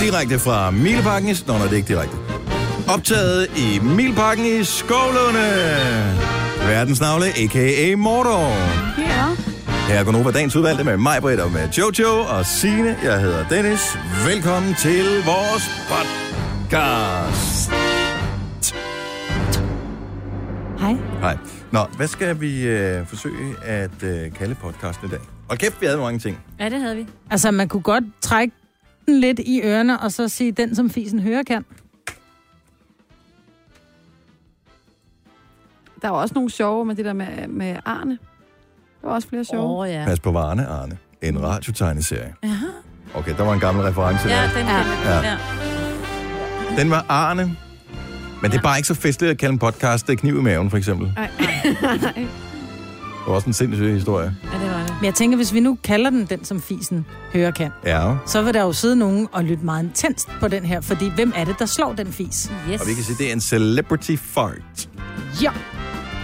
direkte fra Mileparken i... Nå, nej, det er ikke direkte. Optaget i Mileparken i Skovlunde. Verdensnavle, a.k.a. Mordor. Ja. Her er Gunova dagens udvalgte med mig, Britt, og med Jojo og Sine. Jeg hedder Dennis. Velkommen til vores podcast. Hej. Hej. Nå, hvad skal vi øh, forsøge at øh, kalde podcasten i dag? Og kæft, vi havde mange ting. Ja, det havde vi. Altså, man kunne godt trække den lidt i ørerne, og så sige, den som fisen hører kan. Der var også nogle sjove med det der med, med Arne. Der var også flere sjove. Åh, ja. Pas på varerne, Arne. En radiotegneserie. Okay, der var en gammel reference Ja, der. den Ja. ja. Ja. Ja. ja. Den var Arne. Men det er bare ikke så festligt at kalde en podcast, det er kniv i maven, for eksempel. Det Nej, nej. var også en sindssyg historie. ja, det var det. Men jeg tænker, hvis vi nu kalder den den, som fisen hører kan, Ja. så vil der jo sidde nogen og lytte meget intenst på den her, fordi hvem er det, der slår den fis? Yes. Og vi kan sige, det er en celebrity fart. Ja.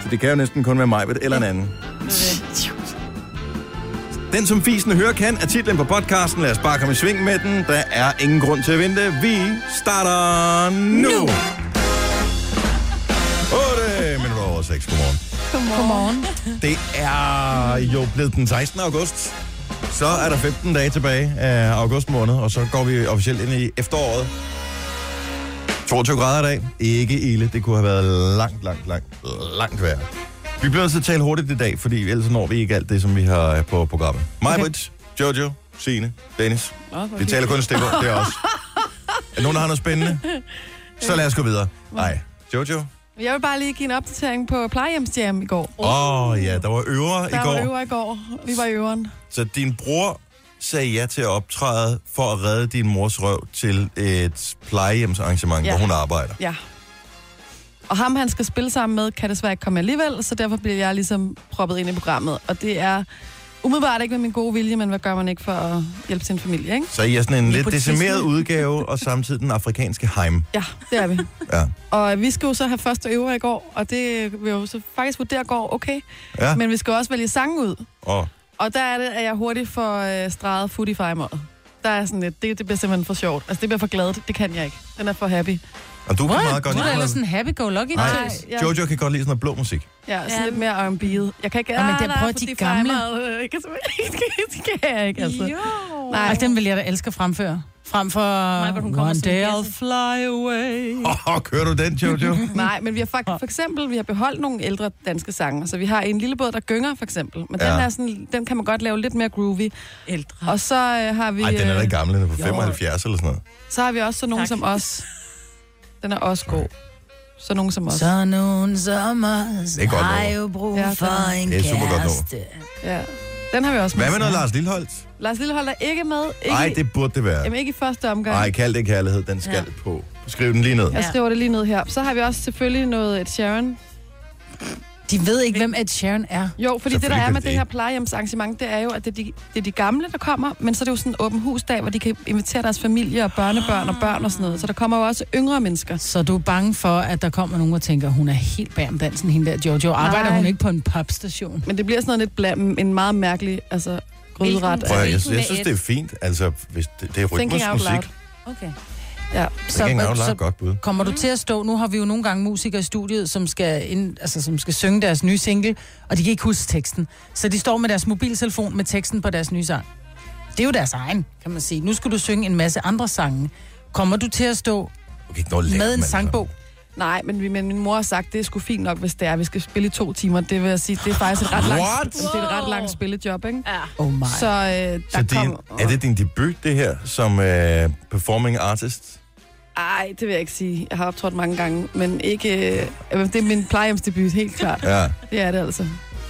Så det kan jo næsten kun være mig, eller en anden. Den, som fisen hører kan, er titlen på podcasten. Lad os bare komme i sving med den. Der er ingen grund til at vente. Vi starter nu! 8 minutter over 6. Godmorgen. Godmorgen. Det er jo blevet den 16. august. Så er der 15 dage tilbage af august måned, og så går vi officielt ind i efteråret. 22 grader i dag. Ikke ilde. Det kunne have været langt, langt, langt, langt værre. Vi bliver nødt til at tale hurtigt i dag, fordi ellers når vi ikke alt det, som vi har øh, på programmet. Mig, okay. Jojo, Signe, Dennis. Okay. Vi taler kun stikker, det er os. Er nogen, der har noget spændende? Så lad os gå videre. Nej, Jojo. Jeg vil bare lige give en opdatering på plejehjemsjam i går. Åh oh, ja, der var øver i Der går. var øver i går. Vi var i øveren. Så din bror sagde ja til at optræde for at redde din mors røv til et plejehjemsarrangement, ja. Ja. hvor hun arbejder. Ja. Og ham, han skal spille sammen med, kan desværre ikke komme alligevel, så derfor bliver jeg ligesom proppet ind i programmet. Og det er umiddelbart ikke med min gode vilje, men hvad gør man ikke for at hjælpe sin familie, ikke? Så I er sådan en lidt Nepotisme. decimeret udgave, og samtidig den afrikanske heim. Ja, det er vi. Ja. Og vi skal jo så have første øver i går, og det vil jo så faktisk vurdere går okay. Ja, Men vi skal jo også vælge sange ud. og Og der er det, at jeg hurtigt får øh, streget Foodie Fire'et. Der er sådan lidt, det, det bliver simpelthen for sjovt. Altså, det bliver for glad. Det kan jeg ikke. Den er for happy. og du kan meget godt Du er lide ellers sådan en happy-go-lucky. Nej. Nej. Ja. noget- Jojo kan godt lide sådan noget blå musik. Ja, sådan Ja. ja. lidt mere R&B'et. Jeg kan ikke... Ja, men det- Ah, prøv nej, at de fordi gamle. Fire'et, øh, kan simpelthen ikke- Det kan jeg ikke, altså. Jo. Nej. Altså, den vil jeg da elske at fremføre. Frem for Nej, hvor hun kommer One som en Day I'll kasse. Fly Away. Åh, oh, kører du den, Jojo? Nej, men vi har faktisk, for eksempel, vi har beholdt nogle ældre danske sange. Så vi har en lille båd, der gynger, for eksempel. Men ja. Ja. den, er sådan, den kan man godt lave lidt mere groovy. Ældre. Og så øh, har vi... Nej, den er da øh, ikke gammel, den er fra Jo. 75 eller sådan noget. Så har vi også sådan nogen Tak. som os. Den er også god. Så nogen som os. Så nogen som os Det er godt har nummer. jo brug Ja, for en Det er et super godt nummer. kæreste. Ja. Den har vi også med. Hvad med noget Lars Lilholdt? Lars Lillehold er ikke med. Ikke, Nej, det burde det være. Jamen ikke i første omgang. Nej, kald det kærlighed, den skal på. Skriv den lige ned. Jeg Ja. skriver det lige ned her. Så har vi også selvfølgelig noget et Sharon. De ved ikke, hvem Ed Sheeran er. Jo, fordi det, der Selvfølgelig er kan med de det det. her plejehjemsarrangement, det er jo, at det er, de, det er de gamle, der kommer, men så er det jo sådan en åben husdag, hvor de kan invitere deres familie og børnebørn og børn og sådan noget. Så der kommer jo også yngre mennesker. Så du er bange for, at der kommer nogen og tænker, hun er helt bag om dansen, hende der Jojo. Arbejder Nej. hun ikke på en popstation? Men det bliver sådan noget lidt bland, en meget mærkelig altså, Hvilken- gryderet. Prøv, at høre, jeg, Hvilken jeg med synes, et? det er fint. Altså, hvis det, det er Thinking rytmisk out musik. loud. Okay. Thinking out loud, så godt bud. kommer du til at stå, nu har vi jo nogle gange musikere i studiet, som skal, ind, altså, som skal synge deres nye single, og de kan ikke huske teksten. Så de står med deres mobiltelefon med teksten på deres nye sang. Det er jo deres egen, kan man sige. Nu skal du synge en masse andre sange. Kommer du til at stå Du kan ikke nå at lære med dem, en altså. sangbog? Nej, men, vi- men min mor har sagt, det er sgu fint nok, hvis det er, vi skal spille i to timer. Det vil jeg sige, det er faktisk et ret What? langt, det er et ret langt spillejob, ikke? Ja. Oh my. Så øh, der Så din, kommer... er det din debut, det her, som øh, performing artist? Ej, det vil jeg ikke sige. Jeg har optrådt mange gange, men ikke... Øh, jamen, det er min plejehjemsdebut, helt klart. Ja. Det er det altså.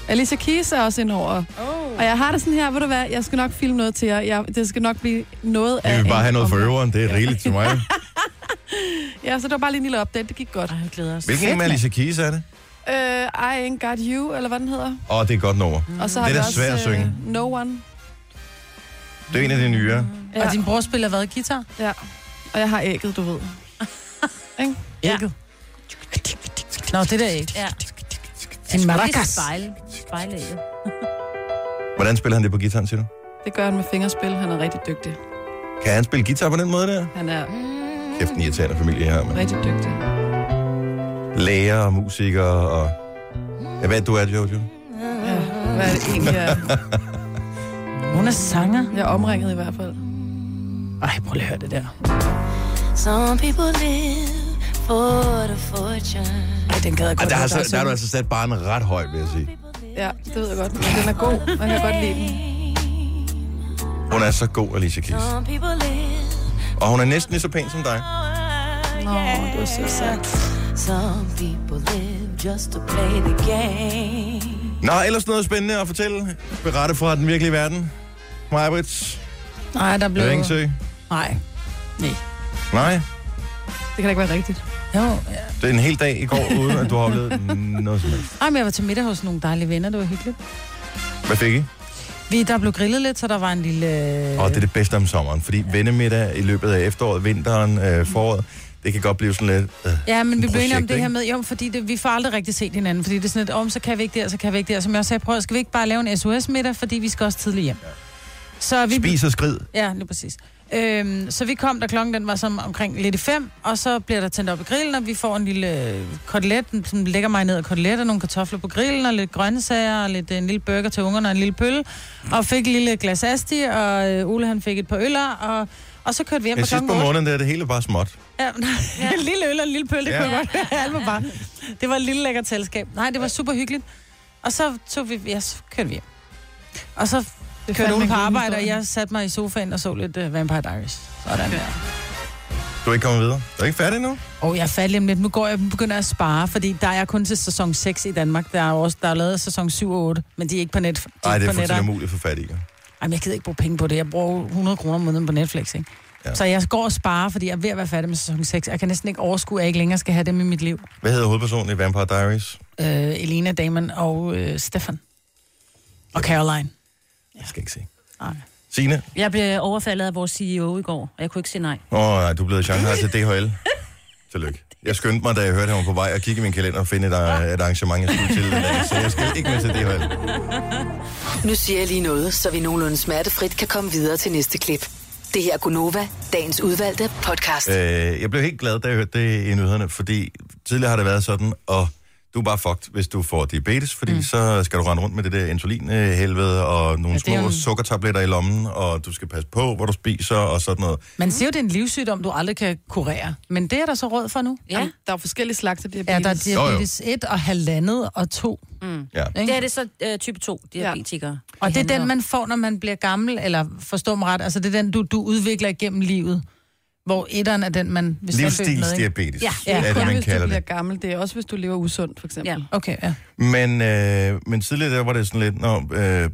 Alicia Keys er også indover. Oh. Og jeg har det sådan her, ved du hvad, jeg skal nok filme noget til jer. Jeg, det skal nok blive noget Vi af... vil bare en have noget for omgang. øveren, det er rigeligt til mig. Ja, så det var bare lige en lille update, det gik godt. Ej, jeg glæder os. Hvilken en med Alicia Keys er det? Øh, I ain't got you, eller hvad den hedder. Åh, oh, det er et godt nummer. Og så Det har er vi da også svært at synge. Øh, No One. Det er en af de nyere. Ja. Ja. Og din bror spiller hvad? Guitar? Ja. Og jeg har ægget, du ved. Ja. Nå, det der ikke. Ja. En maracas. Spejle. Spejle. Hvordan spiller han det på gitaren, siger du? Det gør han med fingerspil, han er rigtig dygtig. Kan han spille guitar på den måde der? Han er Kæft, en irriterende familie her, med Mm. rigtig dygtig. læger og musikere og... Jeg ved, du er, Jojo. Ja, hvad er det egentlig, jeg, Hun er sanger. jeg er omringet i hvert fald. Ej, prøv lige at høre det der. Some people live for the fortune. Ej, den gad jeg Ah, godt. der, har, høre dig så- der har synge. du altså sat barnet ret højt, vil jeg sige. Ja, det ved jeg godt. Men den er god. Man kan godt lide den. Hun er så god, Alicia Keys. Some people live. Og hun er næsten lige så pæn som dig. Nå, det var sødt sagt. Some people live just to play the game. Nå, ellers noget spændende at fortælle. Berette fra den virkelige verden. Majbrits, Nej, der blev... Ringsø. Nej. Nej, Det kan da ikke være rigtigt. Jo, ja. det er en hel dag i går, uden at du har oplevet noget som helst. Ej, men jeg var til middag hos nogle dejlige venner, det var hyggeligt. Hvad fik I? Vi der blev grillet lidt, så der var en lille... Og det er det bedste om sommeren, fordi vendemiddag i løbet af efteråret, vinteren, øh, foråret, det kan godt blive sådan lidt... Øh. Ja, men vi blev enige om projekt, det her ikke? med, jo, fordi det, vi får aldrig rigtig set hinanden, fordi det er sådan et, om så kan vi ikke der, så kan vi ikke der. Som jeg også sagde, prøv, skal vi ikke bare lave en SOS-middag, fordi vi skal også tidligt hjem. Så vi, Spis og skrid. Ja, lige præcis. Øhm, så vi kom, der klokken den var som omkring lidt i fem, og så bliver der tændt op i grillen, og vi får en lille øh, kotelet, en sådan lækker marineret kotelet, og nogle kartofler på grillen, og lidt grøntsager, og lidt, øh, en lille burger til ungerne, og en lille pølle, og fik et lille glas asti, og øh, Ole han fik et par øller, og, og så kørte vi hjem Jeg på sidst klokken på otte. måneden, der er det hele bare småt. Ja, nej, en lille øl og en lille pøl, det Ja. ja. kunne jeg godt ja. Alma bare. Det var et lille lækkert selskab. Nej, det var super hyggeligt. Og så tog vi, ja, så kørte vi hjem. Og så Det kørte hun på arbejde, og jeg satte mig i sofaen og så lidt uh, Vampire Diaries. Sådan der. Du er ikke kommet videre. Du er ikke færdig nu? Og jeg faldt lidt. Nu går jeg begynder at spare, fordi der er jeg kun til sæson 6 i Danmark. Der er jo også der er lavet sæson 7 og 8, men de er ikke på net. De Nej, det er på netter. fuldstændig umuligt at få fat i. jo. Jamen, jeg gider ikke bruge penge på det. Jeg bruger 100 kroner om måneden på Netflix, ikke? Ja. Ja. Så jeg går og sparer, fordi jeg er ved at være færdig med sæson 6. Jeg kan næsten ikke overskue, at jeg ikke længere skal have dem i mit liv. Hvad hedder hovedpersonen i Vampire Diaries? øh, Elena Damon og øh, Stefan. Og Caroline. Jeg skal ikke se. Nej. Signe? Jeg blev overfaldet af vores CEO i går, og jeg kunne ikke sige nej. Åh, oh, du er blevet i Shanghai til DHL. Tillykke. Jeg skyndte mig, da jeg hørte, at han var på vej, og kigge i min kalender og finde et, øh, et arrangement, jeg skulle til. den dag, Så jeg skal ikke med til DHL. Nu siger jeg lige noget, så vi nogenlunde smertefrit kan komme videre til næste klip. Det her er Gunova, dagens udvalgte podcast. Øh, jeg blev helt glad, da jeg hørte det i nyhederne, fordi tidligere har det været sådan, og du er bare fucked, hvis du får diabetes, fordi mm. så skal du rende rundt med det der insulinhelvede og nogle Ja, det er ja, små jo en- sukkertabletter i lommen, og du skal passe på, hvor du spiser og sådan noget. Man siger jo, det er en livssygdom, du aldrig kan kurere. Men det er der så råd for nu. Ja. Der er forskellige slags af diabetes. Ja, der er Jo, jo. diabetes 1 og halvandet og 2. Ja. Ikke? Mm. Det er det så øh, type 2 diabetikere. Ja. Og det er den, man får, når man bliver gammel, eller forstår mig ret, altså det er den, du, du udvikler igennem livet, hvor etteren er den, man... Hvis man er født med, ikke? Livsstilsdiabetes ja, Ja, ja. er det, Kun man hvis du kalder bliver det. gammel. Det er også, hvis du lever usundt, for eksempel. Ja. Okay, ja. Men, øh, men tidligere der var det sådan lidt, Nå, øh,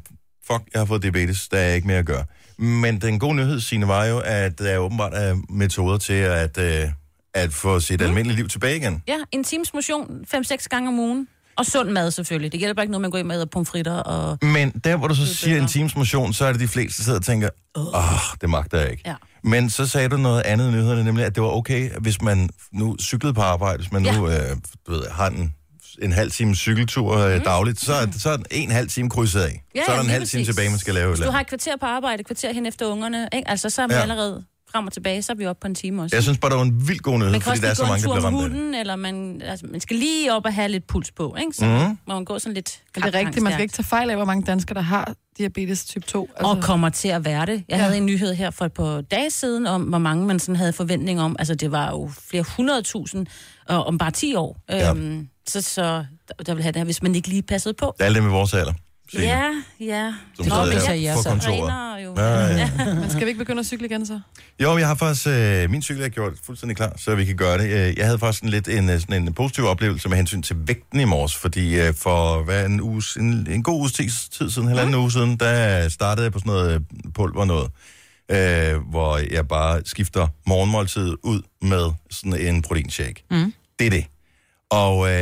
fuck, jeg har fået diabetes, der er ikke mere at gøre. Men den gode nyhed, Signe, var jo, at der åbenbart er metoder til at, øh, at få sit mm. almindelige liv tilbage igen. ja, en times motion 5-6 gange om ugen. Og sund mad selvfølgelig. Det gælder bare ikke noget, man går ind med og pomfritter og... Men der, hvor du så siger en times motion, så er det de fleste, der sidder og tænker, åh, oh, det magter jeg ikke. Ja. Men så sagde du noget andet i nyhederne, nemlig at det var okay, hvis man nu cyklede på arbejde, hvis man nu øh, du ved, har en, en halv time cykeltur øh, dagligt, så er, så er den en halv time krydset af. Mhm. Ja, så er der en lige halv time præcis. tilbage, man skal lave. et Hvis eller du andet. har et kvarter på arbejde, et kvarter hen efter ungerne, ikke? altså så er man Ja. ja. allerede frem og tilbage, så er vi oppe på en time også. Jeg synes bare, det var en vild god nyhed, man kan fordi også der er lige så gå en mange, der tur om bliver ramt af det. hunden, eller man, altså, man skal lige op og have lidt puls på, ikke? Så Mhm. mm. må man gå sådan lidt... Men det er rigtigt, man skal ikke tage fejl af, hvor mange danskere, der har diabetes type 2. Altså... Og kommer til at være det. Jeg Ja. ja. havde en nyhed her for et par dage siden, om hvor mange man sådan havde forventning om. Altså, det var jo flere hundredtusind og om bare 10 år. Ja. Ja. Øhm, så, så der- der vil have det her, hvis man ikke lige passede på. Det er alle dem i vores alder. Signe, Ja, ja. som det sidder er her jeg, jeg på så kontoret. Renere jo. Ja, ja. Men skal vi ikke begynde at cykle igen så? Jo, jeg har faktisk... Øh, min cykel er gjort fuldstændig klar, så vi kan gøre det. Øh, Jeg havde faktisk en lidt en, øh, sådan en positiv oplevelse med hensyn til vægten i morges, fordi øh, for hvad, en, uge, en, en god uges tid, tid siden, halvanden Mm. uge siden, der startede jeg på sådan noget øh, pulver noget, øh, hvor jeg bare skifter morgenmåltid ud med sådan en proteinshake. Mm. Det er det. Og øh,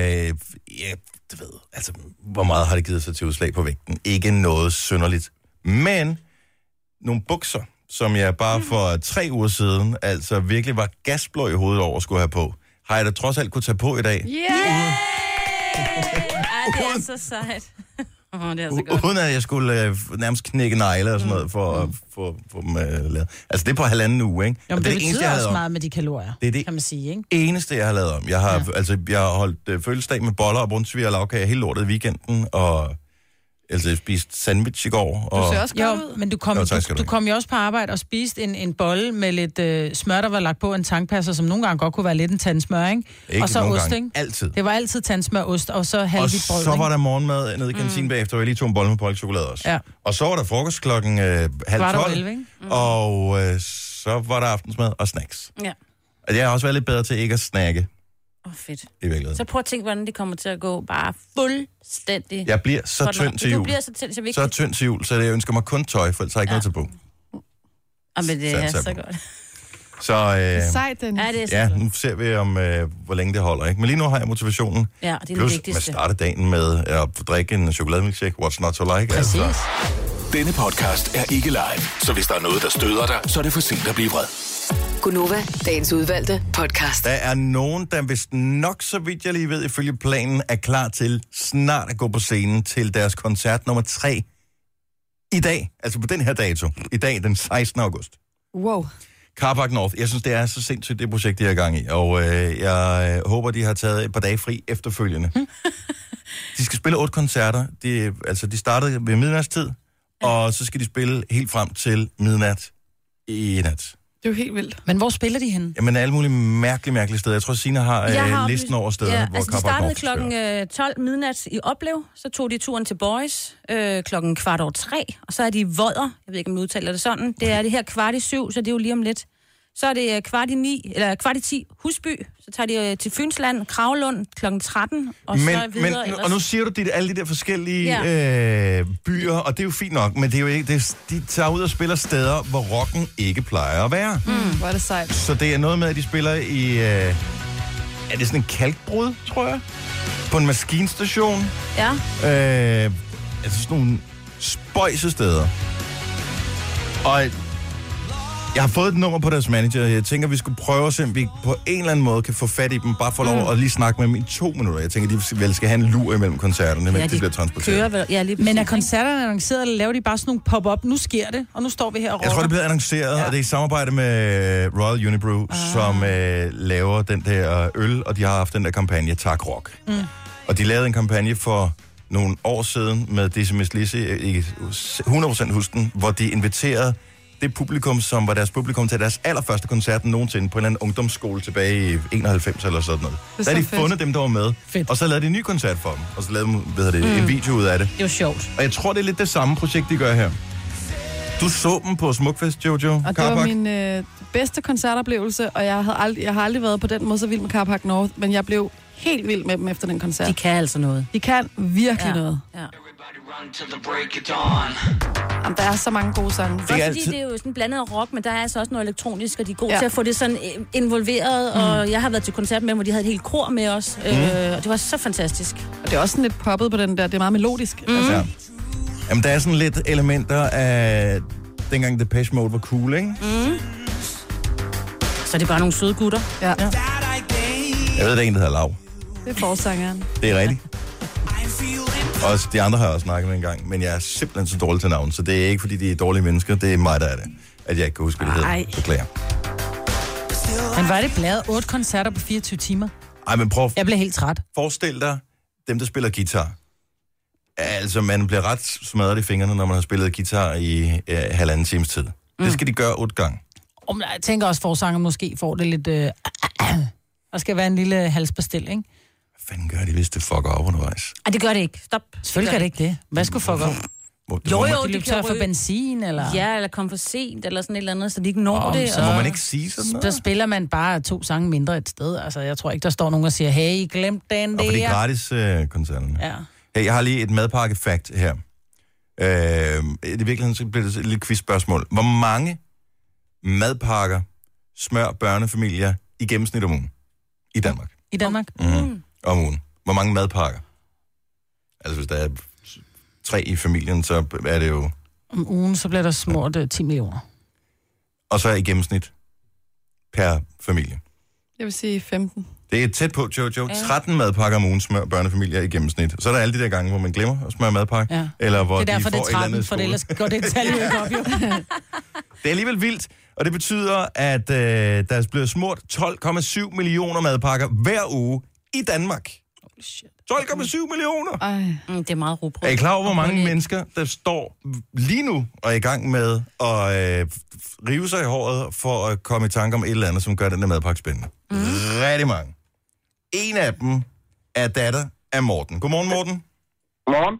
jeg du ved, altså, hvor meget har det givet sig til udslag på vægten? Ikke noget synderligt. Men nogle bukser, som jeg bare for tre uger siden, altså virkelig var gasblå i hovedet over at skulle have på, har jeg da trods alt kunne tage på i dag, Yeah! Ej, det er så altså sejt. Åh, det er altså godt. Mm. U- uden at jeg skulle øh, nærmest knække negle og sådan noget for at få få dem øh, lavet. Altså det er på halvanden uge, ikke? Jo, Og men det, det eneste, jeg betyder har også lavet om. meget med de kalorier, Det er det. kan man sige, ikke? eneste, jeg har lavet om. Jeg har, ja. altså, jeg har holdt øh, fødselsdag med boller og brunsviger og lavkage hele lortet i weekenden, og altså, jeg spiste sandwich i går. Du Og, ser også godt Jo, ud. men du kom, Jo, jo, tak skal du, du du have. kom jo også på arbejde og spiste en, en bolle med lidt øh, smør, der var lagt på en tankpasser, som nogle gange godt kunne være lidt en tandsmør, ikke? ikke og så nogen ost, gange. ikke? Altid. Det var altid tandsmør, ost, og så Og halvvigt brød, så var der morgenmad nede i kantinen mm. bagefter, og jeg lige tog en bolle med polkchokolade også. Ja. Og så var der frokost klokken øh, halv Kvart over tolv, 11, ikke? Mm. og øh, så var der aftensmad og snacks. Ja. Og jeg har også været lidt bedre til ikke at snakke Åh, oh, fedt. i virkeligheden. Så prøv at tænke, hvordan det kommer til at gå bare fuldstændig. Jeg bliver så Sådan- tynd til Du jul. bliver så tynd, så vi ikke... Så tynd til jul, så jeg ønsker mig kun tøj, for ellers har jeg ikke ja. Ja. noget til på. Ah, men det er Satser så på. godt. Så, øh, Sejt, den. Ja, det er så Ja, godt. nu ser vi, om øh, hvor længe det holder. Ikke? Men lige nu har jeg motivationen. Ja, det er det Plus, man vigtigste. starter dagen med øh, at drikke en chokolademilkshake. What's not to like? altså. Præcis. Denne podcast er ikke live, så hvis der er noget, der støder dig, så er det for sent at blive vred. Gunova, dagens udvalgte podcast. Der er nogen, der vist nok, så vidt jeg lige ved, ifølge planen, er klar til snart at gå på scenen til deres koncert nummer 3 i dag. Altså på den her dato. I dag, den 16. august. Wow. Carpark North. Jeg synes, det er så sindssygt, det projekt, de har gang i. Og øh, jeg øh, håber, de har taget et par dage fri efterfølgende. Hmm. de skal spille otte koncerter. De, altså, de startede ved midnatstid, og så skal de spille helt frem til midnat i nat. Det er jo helt vildt. Men hvor spiller de henne? Jamen, alle mulige mærkelige, mærkelige steder. Jeg tror, Sina har, øh, Jeg har oplyst- listen over steder, ja, hvor altså, de Carpark startede North klokken spiller. øh, 12 midnat i Oplev, så tog de turen til Boys øh, klokken kvart over tre, og så er de i Vodder, jeg ved ikke, om man udtaler det sådan, det er det her kvart i syv, så det er jo lige om lidt. Så er det øh, kvart i, ni, eller kvart i ti Husby, så tager de øh, til Fynsland, Kravlund klokken 13, øh, og så Men, men, videre ellers. og nu siger du dit, alle de der forskellige øh, byer, og det er jo fint nok, men det er jo ikke, det er, de tager ud og spiller steder, hvor rocken ikke plejer at være. Mm. Hvor er det sejt. Så det er noget med, at de spiller i... Øh, er det sådan en kalkbrud, tror jeg? På en maskinstation. Ja, Øh, altså sådan nogle spøjse steder. Og jeg har fået et nummer på deres manager. Jeg tænker, vi skulle prøve at se, om vi på en eller anden måde kan få fat i dem. Bare for lov at lige snakke med dem i to minutter. Jeg tænker, de vel skal have en lur imellem koncerterne, mens ja, de, bliver transporteret. kører vel, ja, lige Men er præcis, ikke? koncerterne annonceret, eller laver de bare sådan nogle pop-up? Nu sker det, og nu står vi her og Jeg tror, rocker. det bliver annonceret, ja. og det er i samarbejde med Royal Unibrew, ah. som øh, laver den der øl, og de har haft den der kampagne Tak Rock. Mm. Og de lavede en kampagne for nogle år siden med Dizzy Miss Lizzy, øh, ikke 100% husken, hvor de inviterede det publikum, som var deres publikum til deres allerførste koncert nogensinde på en eller anden ungdomsskole tilbage i 91 eller sådan noget. Der har er så de fedt. fundet dem, der var med, Fedt. og så lavede de en ny koncert for dem, og så lavede de hvad hedder det, mm. en video ud af det. Det er jo sjovt. Og jeg tror, det er lidt det samme projekt, de gør her. Du så dem på Smukfest, Jojo Og det var Carpark. min øh, bedste koncertoplevelse, og jeg, havde aldrig, jeg har aldrig været på den måde så vild med Carpark North, men jeg blev helt vild med dem efter den koncert. De De, kan altså noget. de kan virkelig ja. noget. Ja. Jamen, der er så mange gode sange. Det Det er er også altid- fordi, det er jo sådan blandet rock, men der er altså også noget elektronisk, og de er gode Ja. ja. til at få det sådan øh, involveret. Mm. Og jeg har været til koncert med dem, hvor de havde et helt kor med os. Mm. Øh, og det var så fantastisk. Og det er også sådan lidt poppet på den der. Det er meget melodisk. Mm. Altså, Ja. Jamen, der er sådan lidt elementer af dengang Depeche Mode var cool, ikke? Mm. Så det er bare nogle søde gutter. ja. ja. Jeg ved, der er en, der hedder Lav. Det er forsangeren. Det er rigtigt. Også de andre har jeg også snakket med en gang, men jeg er simpelthen så dårlig til navn, så det er ikke, fordi de er dårlige mennesker, det er mig, der er det. At jeg ikke kan huske, hvad det hedder. Ej. Beklager. Mm. Men var det bladet? Otte koncerter på 24 timer. Ej, men prøv Jeg blev helt træt. forestil dig dem, der spiller guitar. Altså, man bliver ret smadret i fingrene, når man har spillet guitar i øh, halvanden times tid. Mm. Det skal de gøre otte gange. Og men jeg tænker også, forsanger måske får det lidt... Øh, der skal være en lille halsbestil, ikke? Hvad fanden gør de, hvis det fucker op undervejs? Ej, det gør det ikke. Stop. Selvfølgelig kan det ikke det. Hvad skulle folk op? Må, det Jo, må, jo, man, De de løb kan tør for ryge. benzin, eller... Ja, eller kom for sent, eller sådan et eller andet, så de ikke når Åh, oh, det. så- Og... må man ikke sige sådan Der noget? spiller man bare to sange mindre et sted. Altså, jeg tror ikke, der står nogen og siger, hey, I glemte den Og for de der. gratis øh, koncerterne. Ja. Hey, jeg har lige et madpakke-fact her. Øh, I virkeligheden så bliver det et lille quiz-spørgsmål. Hvor mange madpakker smør børnefamilier i gennemsnit om ugen i Danmark? I Danmark? Mm. Om ugen. Hvor mange madpakker? Altså, hvis der er tre i familien, så er det jo... Om ugen, så bliver der smurt øh, 10 millioner. Og så i gennemsnit per familie. Jeg vil sige 15. Det er tæt på, Jojo. 13 madpakker om ugen smør børnefamilier i gennemsnit. Så er der alle de der gange, hvor man glemmer at smøre madpakke. Ja. Eller hvor Det er derfor, de det får er et eller 13, andet for skole. ellers går det tal jo ikke op, jo. Det er alligevel vildt, og det betyder, at øh, der bliver smurt 12,7 millioner madpakker hver uge i Danmark. 12,7 millioner! Ej. Mm, det er meget rugbrød. Er I klar over, hvor Og mange pålæg. mennesker, der står lige nu og er i gang med at øh, rive sig i håret for at komme i tanke om et eller andet, som gør den der madpakke spændende? Mm. Rigtig mange. En af dem er datter af Morten. Godmorgen, Morten. Godmorgen.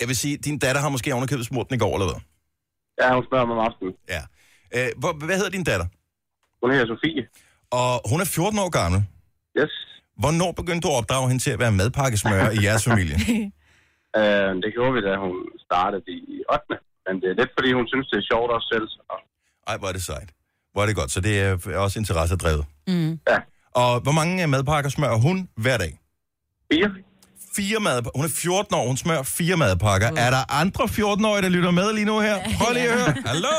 Jeg vil sige, din datter har måske ovenikøbet smurt den i går, eller hvad? Ja, hun spørger mig om aftenen. Ja. Øh, hvor, hvad hedder din datter? Hun hedder Sofie. Og hun er 14 år gammel. Yes. Hvornår begyndte du at opdrage hende til at være madpakkesmører i jeres familie? Øh, det gjorde vi, da hun startede i 8. Men det er lidt, fordi hun synes, det er sjovt også selv. Så. Ej, hvor er det sejt. Hvor er det godt. Så det er også interessedrevet. Mm. Ja. Og hvor mange øh, madpakker smører hun hver dag? Fire. Fire madpakker. Hun er 14 år, hun smører fire madpakker. Mm. Er der andre 14-årige, der lytter med lige nu her? Prøv lige at høre. Hallo?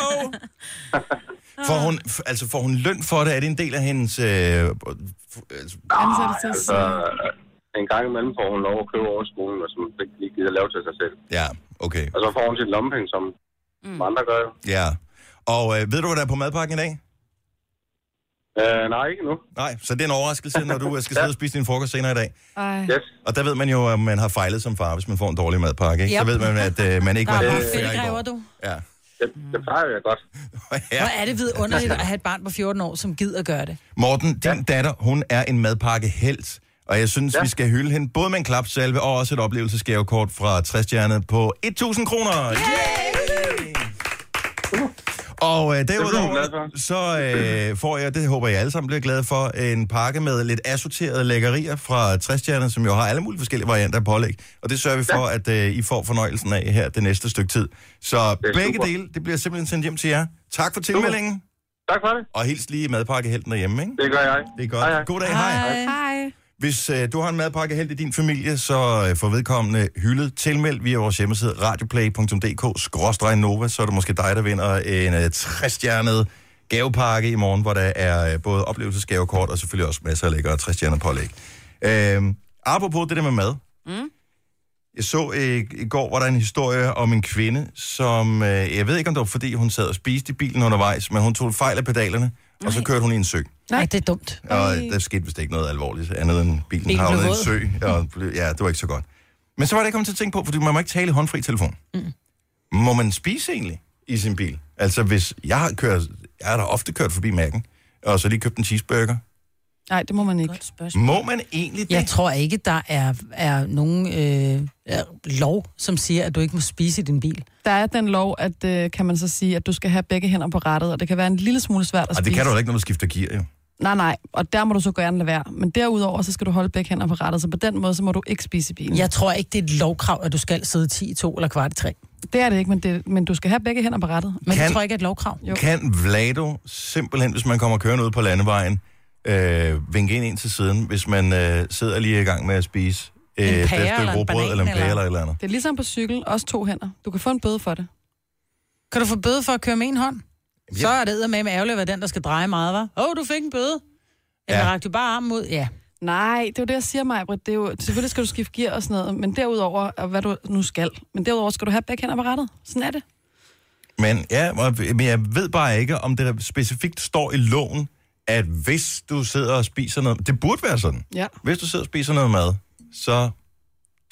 Får hun, f- altså får hun løn for det? Er det en del af hendes... Øh, f- altså, Ansat til Altså, øh, en gang imellem får hun lov at købe over skolen, og som hun ikke lige gider lave til sig selv. ja, okay. Og så får hun sit lommepenge, som mm. andre gør jo. Ja. Og øh, ved du, hvad der er på madpakken i dag? Øh, nej, ikke nu. Nej, så det er en overraskelse, når du øh, skal sidde og spise din frokost senere i dag. Ej. Yes. Og der ved man jo, at man har fejlet som far, hvis man får en dårlig madpakke. Ikke? Yep. Så Yep. ved man, at øh, man ikke Der var er helt bare fair i fedtgræver, går. du. Ja. Det, det plejer jeg godt. ja. Hvor er det vidunderligt at have et barn på 14 år, som gider at gøre det. Morten, din ja. datter, hun er en madpakkehelt. Og jeg synes, ja. Ja. vi skal hylde hende både med en klapsalve og også et oplevelsesgavekort fra 60 stjernet på 1.000 kroner. Yay! Og øh, hun glad derudover, for. så øh, får jeg, det håber jeg alle sammen bliver glade for, en pakke med lidt assorterede lækkerier fra 60 stjerner, som jo har alle mulige forskellige varianter af pålæg. Og det sørger vi for, at øh, I får fornøjelsen af her det næste stykke tid. Så Det er begge super. dele, det bliver simpelthen sendt hjem til jer. Tak for tilmeldingen, Tak for det. og hils lige madpakkehelten derhjemme, ikke? Det gør jeg. Det er godt. Hej, hej. God dag, hej. hej. Hej. Hvis øh, du har en madpakke helt i din familie, så øh, får vedkommende hyldet. Tilmeld via vores hjemmeside radioplay.dk-nova, så er det måske dig, der vinder en øh, 60-stjernet gavepakke i morgen, hvor der er øh, både oplevelsesgavekort og selvfølgelig også masser af lækkere 60-stjernet pålæg. Øh, apropos det der med mad. Mm. Jeg så øh, i går, var der en historie om en kvinde, som, øh, jeg ved ikke om det var fordi, hun sad og spiste i bilen undervejs, men hun tog fejl af pedalerne, og så kørte hun i en sø. Nej, det er dumt. Og der skete vist ikke noget alvorligt andet end bilen, bilen Bilen havnede i blev en sø. Og blev, ja, det var ikke så godt. Men så var det, jeg kom til at tænke på, fordi man må ikke tale i håndfri telefon. Mm. Må man spise egentlig i sin bil? Altså hvis jeg har kørt, jeg har da ofte kørt forbi mærken, og så lige købt en cheeseburger. Nej, det må man ikke. Godt spørgsmål. Må man egentlig det? Jeg tror ikke, der er, er nogen øh, er lov, som siger, at du ikke må spise i din bil. Der er den lov, at øh, kan man så sige, at du skal have begge hænder på rettet, og det kan være en lille smule svært at og spise. det kan du da ikke, når du skifter gear, jo. Nej, nej, og der må du så gerne lade være. Men derudover, så skal du holde begge hænder på rettet, så på den måde, så må du ikke spise i bilen. Jeg tror ikke, det er et lovkrav, at du skal sidde 10 i 2 eller kvart i 3. Det er det ikke, men, det, men du skal have begge hænder på rettet. Men Kan- det tror jeg ikke er et lovkrav. Jo. Kan Vlado simpelthen, hvis man kommer kørende ud på landevejen, øh, vinke ind, ind til siden, hvis man øh, sidder lige i gang med at spise øh, pære det stykke eller en rugbrød banan eller en pære eller- eller et eller andet? Det er ligesom på cykel, også to hænder. Du kan få en bøde for det. Kan du få bøde for at køre med en hånd? Så er det med med ærgerligt at være den, der skal dreje meget, var. Åh, oh, du fik en bøde. Eller Ja. ja. rakte du bare armen ud? Ja. Nej, det er jo det, jeg siger, mig, Britt. Det er jo, selvfølgelig skal du skifte gear og sådan noget, men derudover, og hvad du nu skal, men derudover skal du have begge hænder på rettet. Sådan er det. Men, ja, og- men jeg ved bare ikke, om det specifikt står i loven, at hvis du sidder og spiser noget... Det burde være sådan. Ja. Hvis du sidder og spiser noget mad, så,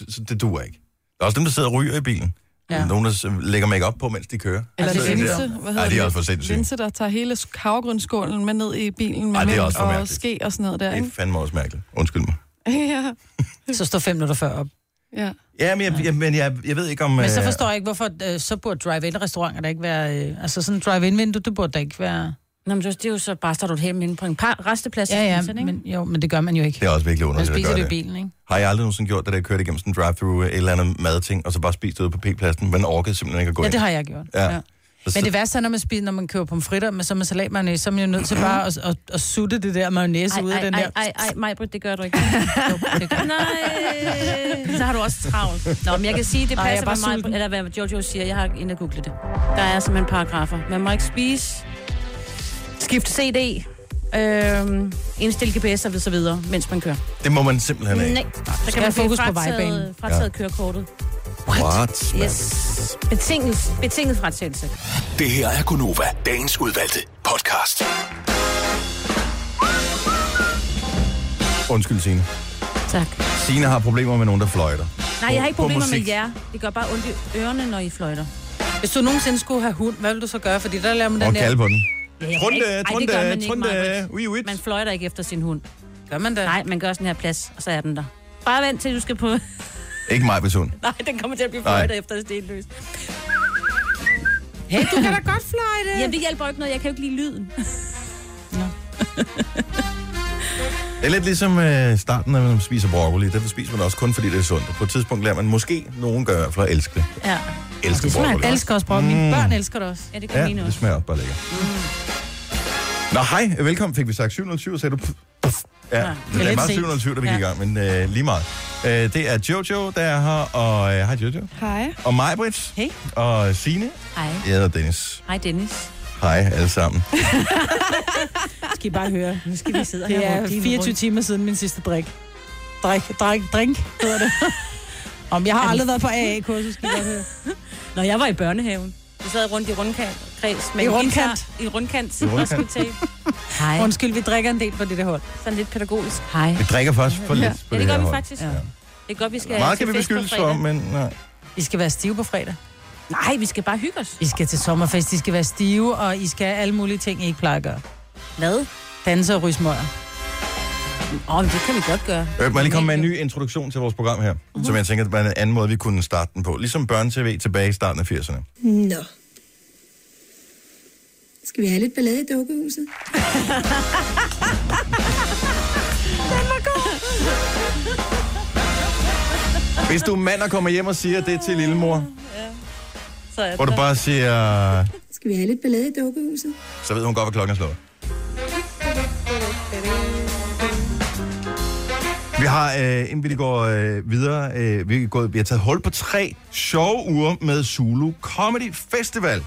så det duer ikke. Der er også dem, der sidder og ryger i bilen. Ja. Ja. Nogen, der s- lægger make op på, mens de kører. Eller Så det sidder er de der. linse, hvad hedder Ej, Altså, det er også for sindssygt. Linse, der tager hele havgrønsskålen med ned i bilen med Ej, det er mælk også for og mærkeligt. ske og sådan noget der, Det er ikke? fandme også mærkeligt. Undskyld mig. ja, Så står fem minutter før op. ja. Ja, men jeg, jeg, men jeg, jeg ved ikke om... Men så øh, forstår jeg ikke, hvorfor øh, så burde drive-in-restauranter der ikke være... Øh, altså sådan en drive-in-vindue, det burde der ikke være... Nå, men det er jo så bare, står du et helt inde på en par resteplads. Ja, ja, sådan, ikke? men, jo, men det gør man jo ikke. Det er også virkelig Man underligt at spiser gøre det i det. bilen, ikke? Har jeg aldrig nogensinde gjort det, der jeg kørte igennem sådan en drive-thru et eller andet madting, og så bare spiste ude på p-pladsen, men orkede simpelthen ikke at gå Ja, ind. det har jeg gjort. Ja. Så- Men det værste er, når man spiser, når man køber pomfritter med, så med salatmayonnaise, så er man jo nødt til bare at, at, at sutte det der mayonnaise ud af den der. Ej, ej, ej, Britt, det gør du ikke. Jo, det gør. Nej, så har du også travlt. Nå, men jeg kan sige, det Nej, jeg er passer bare med mig, sulten. eller hvad Jojo siger, jeg har ikke inde at google det. Der er simpelthen paragrafer. Man må ikke spise, skifte CD, øh, indstille GPS og så videre, mens man kører. Det må man simpelthen ikke. Nej, så Skal kan man have få fokus på frataget, vejbanen. frataget Ja. ja. kørekortet. What? Yes. Betinget, betinget fratagelse. Det her er Gunova, dagens udvalgte podcast. Undskyld, Signe. Tak. Signe har problemer med nogen, der fløjter. Nej, jeg har ikke På- på problemer med musik. jer. Det gør bare ondt i ørerne, når I fløjter. Hvis du nogensinde skulle have hund, hvad vil du så gøre? Fordi der laver man Og den kalde der... på den. Ja, jeg Trunde, kan ikke- Ej, det trunde, gør man ikke, trunde, Maj-Brit. ui, ui. Man fløjter ikke efter sin hund. Gør man det? Nej, man gør sådan her plads, og så er den der. Bare vent til, du skal på... Ikke mig person. Nej, den kommer til at blive Nej. fløjtet efter stenløs. Hey, du kan da godt fløjte! Jamen, det hjælper jo ikke noget. Jeg kan jo ikke lide lyden. Det er lidt ligesom øh, starten, når man spiser broccoli. Derfor spiser man også kun, fordi det er sundt. Og På et tidspunkt lærer man måske, nogen gør i hvert fald at elske det. Ja, Elsker broccoli. Mm. Jeg elsker også brød. Mine børn elsker det også. ja det Mm. gør ja, Ja, mine det også. smager også bare lækkert. Nå, hej. Velkommen. Fik vi sagt 720, og sagde du... Puff, puff. Ja, ja, er det er lidt meget sent. 720, der vi gik i Ja. gang, men øh, lige meget. Øh, det er Jojo, der er her, og... Øh, hej, Jojo. Hej. Og mig, Britt. Hej. Og Signe. Hej. Jeg hedder Dennis. Hej, Dennis. Hej alle sammen. Skal I bare høre. Nu skal vi sidde Det her. er 24 timer siden min sidste drik. Drik, drik, drink, hedder det. Om jeg har aldrig været på AA-kursus, skal I godt høre. Når jeg var i børnehaven, vi sad rundt i rundkant. Kreds, med I en rundkant? guitar- I rundkant. I I rundkant. rundkant. Hej. Undskyld, vi drikker en del på det der hold. Sådan lidt pædagogisk. Hej. Vi drikker faktisk for lidt Ja, på det, her gør vi hold. faktisk. Ja. Det er godt, vi skal Meget til kan vi fest på beskyldes for, fredag. men nej. I skal være stive på fredag. Nej, vi skal bare hygge os. I skal til sommerfest, I skal være stive, og I skal alle mulige ting, I ikke plejer at gøre. Hvad? Danse og ryge smøger. Åh, oh, det kan vi godt gøre. Øh, må jeg lige komme med en ny introduktion til vores program her, Mhm. uh-huh. som jeg tænker, at var en anden måde, vi kunne starte den på. Ligesom børne-tv tilbage i starten af 80'erne. Nå. Skal vi have lidt ballade i dukkehuset? Hvis du er mand og kommer hjem og siger det til lillemor, Så er hvor du bare siger, Skal vi have lidt ballade i dukkehuset? så ved hun godt, hvad klokken er slået. Vi har, øh, inden vi lige går øh, videre, øh, vi, er gået, vi har taget hul på tre sjove uger med Zulu Comedy Festival.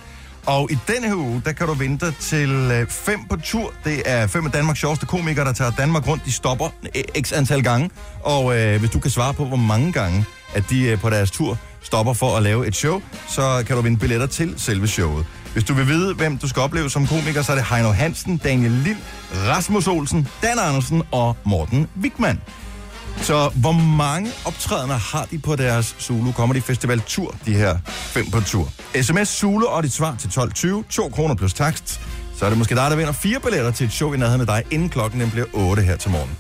Og i denne her uge, der kan du vente dig til øh, fem på tur. Det er fem af Danmarks sjoveste komikere, der tager Danmark rundt. De stopper øh, x antal gange. Og øh, hvis du kan svare på, hvor mange gange, at de øh, på deres tur stopper for at lave et show, så kan du vinde billetter til selve showet. Hvis du vil vide, hvem du skal opleve som komiker, så er det Heino Hansen, Daniel Lind, Rasmus Olsen, Dan Andersen og Morten Wigman. Så hvor mange optrædener har de på deres Zulu Comedy Festival tur, de her fem på tur? SMS Zulu og dit svar til 12.20, 2 kroner plus takst. Så er det måske dig, der vinder fire billetter til et show i nærheden af dig, inden klokken den bliver 8 her til morgen.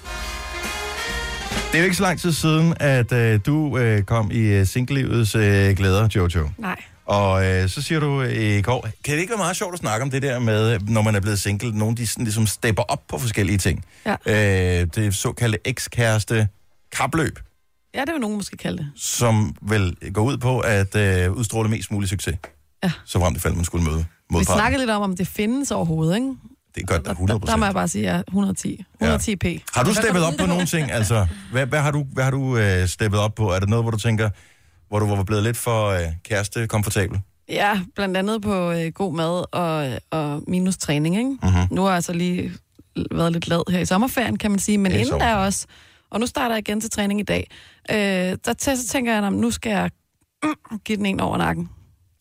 Det er jo ikke så lang tid siden, at øh, du øh, kom i øh, singlelivets øh, glæder, Jojo. Nej. Og øh, så siger du øh, i går, kan det ikke være meget sjovt at snakke om det der med, øh, når man er blevet single, nogen de sådan, ligesom stepper op på forskellige ting. Ja. Øh, det såkaldte ekskæreste kapløb, Ja, det vil nogen måske kalde det. som vel går ud på at øh, udstråle mest mulig succes. Ja. Så frem til fald, man skulle møde Vi modparten. snakkede lidt om, om det findes overhovedet, ikke? Det gør der 100 Der, der må jeg bare sige, ja, 110. 110 p. Har du Hvad steppet kommer op ud på af? nogle ting? Altså, hvad, hvad har du, hvad har du øh, steppet op på? Er det noget, hvor du tænker, hvor du var blevet lidt for øh, kæreste komfortabel? Ja, blandt andet på øh, god mad og, og minus træning, ikke? Mhm. Mm-hmm. Nu har jeg så lige været lidt lad her i sommerferien, kan man sige, men Ja, i inden der også, og nu starter jeg igen til træning i dag, øh, der tæ- så tænker jeg, "Nå, men nu skal jeg mm, give den en over nakken.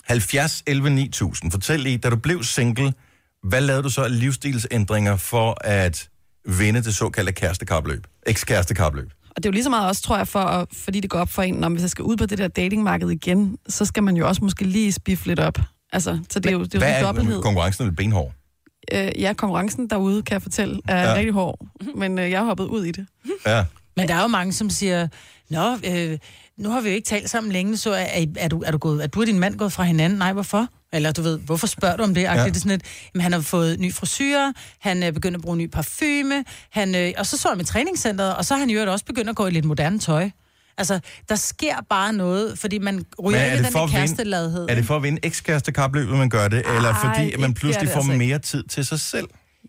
70 11 9000. Fortæl lige, da du blev single, hvad lavede du så af livsstilsændringer for at vinde det såkaldte kærestekapløb? Ekskærestekapløb. Og det er jo lige så meget også, tror jeg, for at, fordi det går op for en, om hvis jeg skal ud på det der datingmarked igen, så skal man jo også måske lige spiffe lidt op. Altså, så det er jo, det er jo Hvad sådan en er dobbelthed. konkurrencen er benhård? Øh, ja, konkurrencen derude, kan jeg fortælle, er Ja. ja. rigtig hård, men øh, jeg har hoppet ud i det. Ja. Men der er jo mange, som siger, Nå, øh, nu har vi jo ikke talt sammen længe, så er, er, er, du, er, du, gået, er du og din mand gået fra hinanden? Nej, hvorfor? Eller du ved, hvorfor spørger du om det? Ja. Det er sådan et, jamen, han har fået ny frisyr, han er begyndt at bruge ny parfume, han, øh, og så så han i træningscenteret, og så har han jo også begyndt at gå i lidt moderne tøj. Altså, der sker bare noget, fordi man ryger Men ikke er i det, den for der at vinde, kæresteladhed. er det for at vinde ekskærestekapløbet, man gør det? eller Ej, fordi at man ikke pludselig gør det får altså ikke. mere tid til sig selv?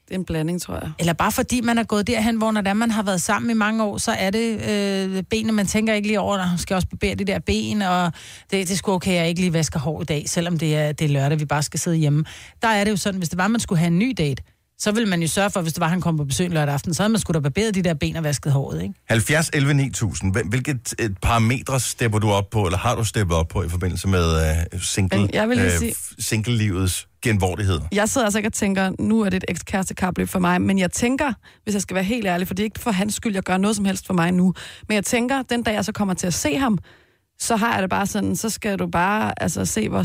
Det er en blanding, tror jeg. Eller bare fordi man er gået derhen, hvor når det er, man har været sammen i mange år, så er det øh, benene, man tænker ikke lige over, at man skal også barbere de der ben, og det, det er sgu okay, at jeg ikke lige vasker hår i dag, selvom det er, det er lørdag, vi bare skal sidde hjemme. Der er det jo sådan, hvis det var, man skulle have en ny date, så ville man jo sørge for, hvis det var, han kom på besøg en lørdag aften, så havde man skulle da barberet de der ben og vasket håret, ikke? 70, 11, 9000. Hvem- Hvilket et parametre stepper du op på, eller har du steppet op på i forbindelse med øh, single, Men jeg vil lige sige- f- single-livets genvordighed? Jeg sidder altså ikke og tænker, nu er det et ekskærestekabløb for mig, men jeg tænker, hvis jeg skal være helt ærlig, for det er ikke for hans skyld, jeg gør noget som helst for mig nu, men jeg tænker, den dag jeg så kommer til at se ham, så har jeg det bare sådan, så skal du bare altså, se, hvor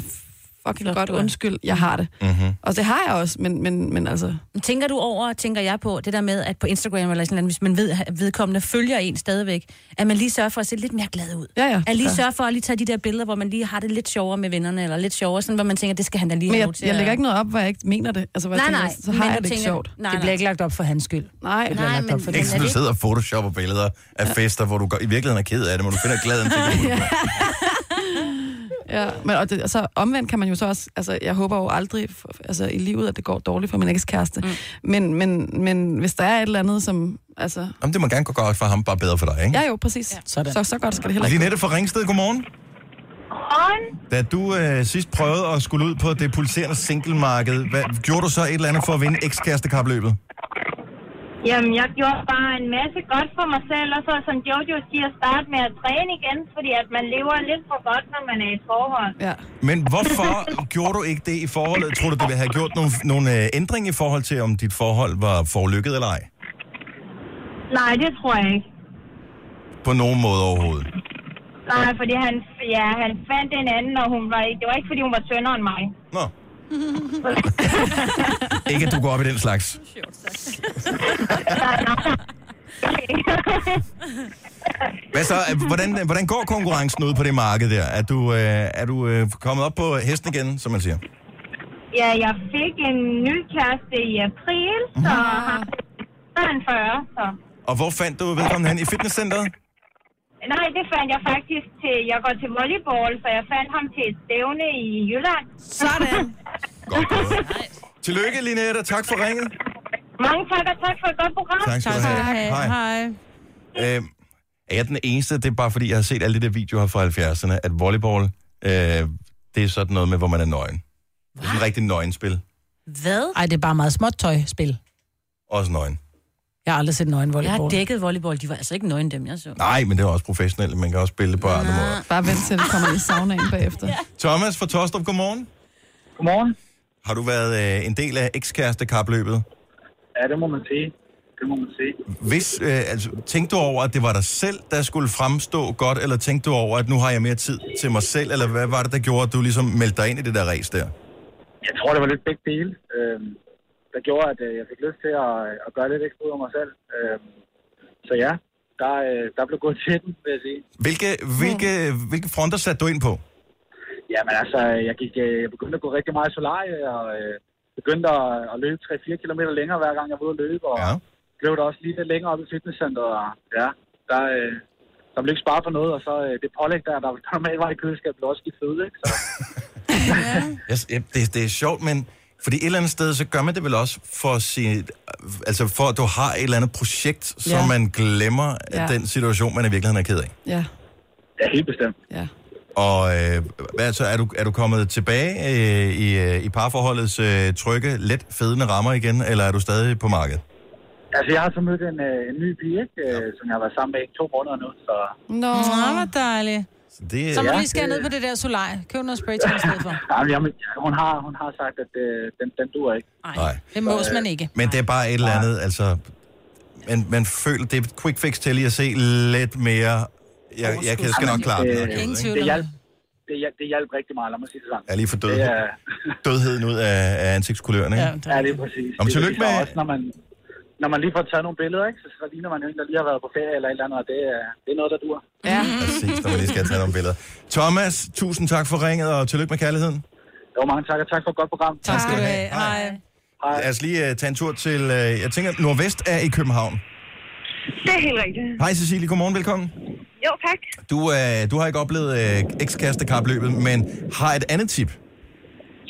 fucking godt undskyld jeg har det. Mm-hmm. Og det har jeg også, men, men, men altså... Tænker du over, tænker jeg på, det der med, at på Instagram eller sådan noget, hvis man ved, at vedkommende følger en stadigvæk, at man lige sørger for at se lidt mere glad ud. Ja, ja. At lige Ja. sørge for at lige tage de der billeder, hvor man lige har det lidt sjovere med vennerne, eller lidt sjovere, sådan, hvor man tænker, det skal han da lige Men have jeg, lov til jeg at- lægger ikke noget op, hvor jeg ikke mener det. Altså, hvor Nej, jeg nej, tænker, så men har du jeg det ikke tænker- sjovt. nej, Det bliver ikke lagt op for hans skyld. Nej, Det bliver Nej, lagt men- op for men hans Ikke sådan, er du det- sidder og photoshopper billeder af fester, hvor du går, i virkeligheden er ked af det, men du finder glæden til det. Ja, men og det, og så omvendt kan man jo så også, altså jeg håber jo aldrig for, altså, i livet, at det går dårligt for min ekskæreste. Mm. Men, men, men hvis der er et eller andet, som, altså, Jamen, det må gerne gå godt for ham, bare bedre for dig, ikke? ja jo, præcis. Ja. Sådan. Så, så godt skal det heller ikke. Linette fra Ringsted, godmorgen. Da du øh, sidst prøvede at skulle ud på det pulserende singlemarked, hvad, gjorde du så et eller andet for at vinde ekskærestekapløbet? Jamen, jeg gjorde bare en masse godt for mig selv, og så som Jojo siger, starte med at træne igen, fordi at man lever lidt for godt, når man er i et forhold. Ja. Men hvorfor gjorde du ikke det i forholdet? Tror du, det ville have gjort nogle, nogle øh, ændringer i forhold til, om dit forhold var forlykket eller ej? Nej, det tror jeg ikke. På nogen måde overhovedet. Nej, fordi han, ja, han fandt en anden, og hun var, ikke- det var ikke, fordi hun var sønderen mig. Nå. ikke, at du går op i den slags. Hvad så? Øh, Hvordan, øh, hvordan går konkurrencen ud på det marked der? Er du, øh, er du øh, kommet op på hesten igen, som man siger? Ja, jeg fik en ny kæreste i april, så Mhm. har så er han 40, så... Og hvor fandt du vedkommende hen? I fitnesscenteret? Nej, det fandt jeg faktisk til... Jeg går til volleyball, så jeg fandt ham til et stævne i Jylland. Sådan. Godt gået. Tillykke, Linette. Tak for ringet. Mange tak, og tak for et godt program. Tak skal du have. Hej. Hej. Øh, er jeg den eneste? Det er bare fordi, jeg har set alle de der videoer her fra 70'erne, at volleyball, øh, det er sådan noget med, hvor man er nøgen. Det er sådan et rigtigt nøgenspil. Hvad? Ej, det er bare meget småt tøjspil. Også nøgen. Jeg har aldrig set nøgen Jeg har volleyball. dækket volleyball, de var altså ikke nøgen dem, jeg så. Nej, men det er også professionelt. Man kan også spille det på andre måder. Bare vent til, det kommer i saunaen bagefter. Ja. Thomas fra Tostrup, godmorgen. Godmorgen. Har du været øh, en del af ekskærestekapløbet? Ja, det må man sige. Det må man sige. Hvis, øh, altså, tænkte du over, at det var dig selv, der skulle fremstå godt, eller tænkte du over, at nu har jeg mere tid til mig selv, eller hvad var det, der gjorde, at du ligesom meldte dig ind i det der race der? Jeg tror, det var lidt begge dele, øh, der gjorde, at øh, jeg fik lyst til at, at gøre lidt ekstra ud af mig selv. Øh, så ja, der, øh, der blev gået til den, vil jeg sige. Hvilke, hvilke, hvilke fronter satte du ind på? Jamen altså, jeg, gik, øh, jeg begyndte at gå rigtig meget i solarie, og øh, begyndte at, at løbe 3-4 km længere, hver gang jeg var ude at løbe, og ja. blev der også lige lidt længere op i fitnesscenteret, og ja, der, øh, der blev ikke sparet for noget, og så øh, det pålæg der, der der normalt var i køleskabet, blev også skidt fede, ikke? Så, Jeg, jeg, det, det er sjovt, men fordi et eller andet sted, så gør man det vel også for at sige, altså for at du har et eller andet projekt, så Ja. man glemmer ja. Ja. den situation, man i virkeligheden er ked af. ja. ja, helt bestemt. Ja. Og øh, hvad så, er du, er du kommet tilbage øh, i, øh, i parforholdets øh, trygge, let fedende rammer igen, eller er du stadig på markedet? Altså, jeg har så mødt en, øh, en ny pige, ikke? Ja. som jeg har været sammen med i to måneder nu, så... Nå, hvor dejligt. Det, Så må du Ja. lige skære ned på det der solar. Køb noget spray til i stedet for. Jamen, jamen, hun, har, hun har sagt, at øh, den, den dur ikke. Nej. Det mås man ikke. Men det er bare et eller andet, altså... Man, man føler, det er et quick fix til lige at se lidt mere... Jeg, jeg kan, skal nok klare den. Jamen, og jeg ved, ikke? det, hjalp, det, hjalp, det hjalp rigtig meget, lad mig sige det sådan. Jeg er lige for død. Det er, dødheden ud af, af ansigtskulørerne. Ikke? ja, det er præcis. Nå, men Det er tillykke præcis, og med- Også, når, man, når man lige får taget nogle billeder, ikke? Så, så ligner man jo en, der lige har været på ferie eller et eller andet, og det, er- det er noget, der dur. Ja. Præcis, når man lige skal tage nogle billeder. Thomas, tusind tak for ringet, og tillykke med kærligheden. Jo, mange tak, og tak for et godt program. Tak skal du have. Hej. Hej. Lad os lige uh, tage en tur til, uh, jeg tænker, Nordvest er i København. Det er helt rigtigt. Hej Cecilie, godmorgen, velkommen. Jo, tak. Du, uh, du har ikke oplevet uh, ekskærestekapløbet, men har et andet tip.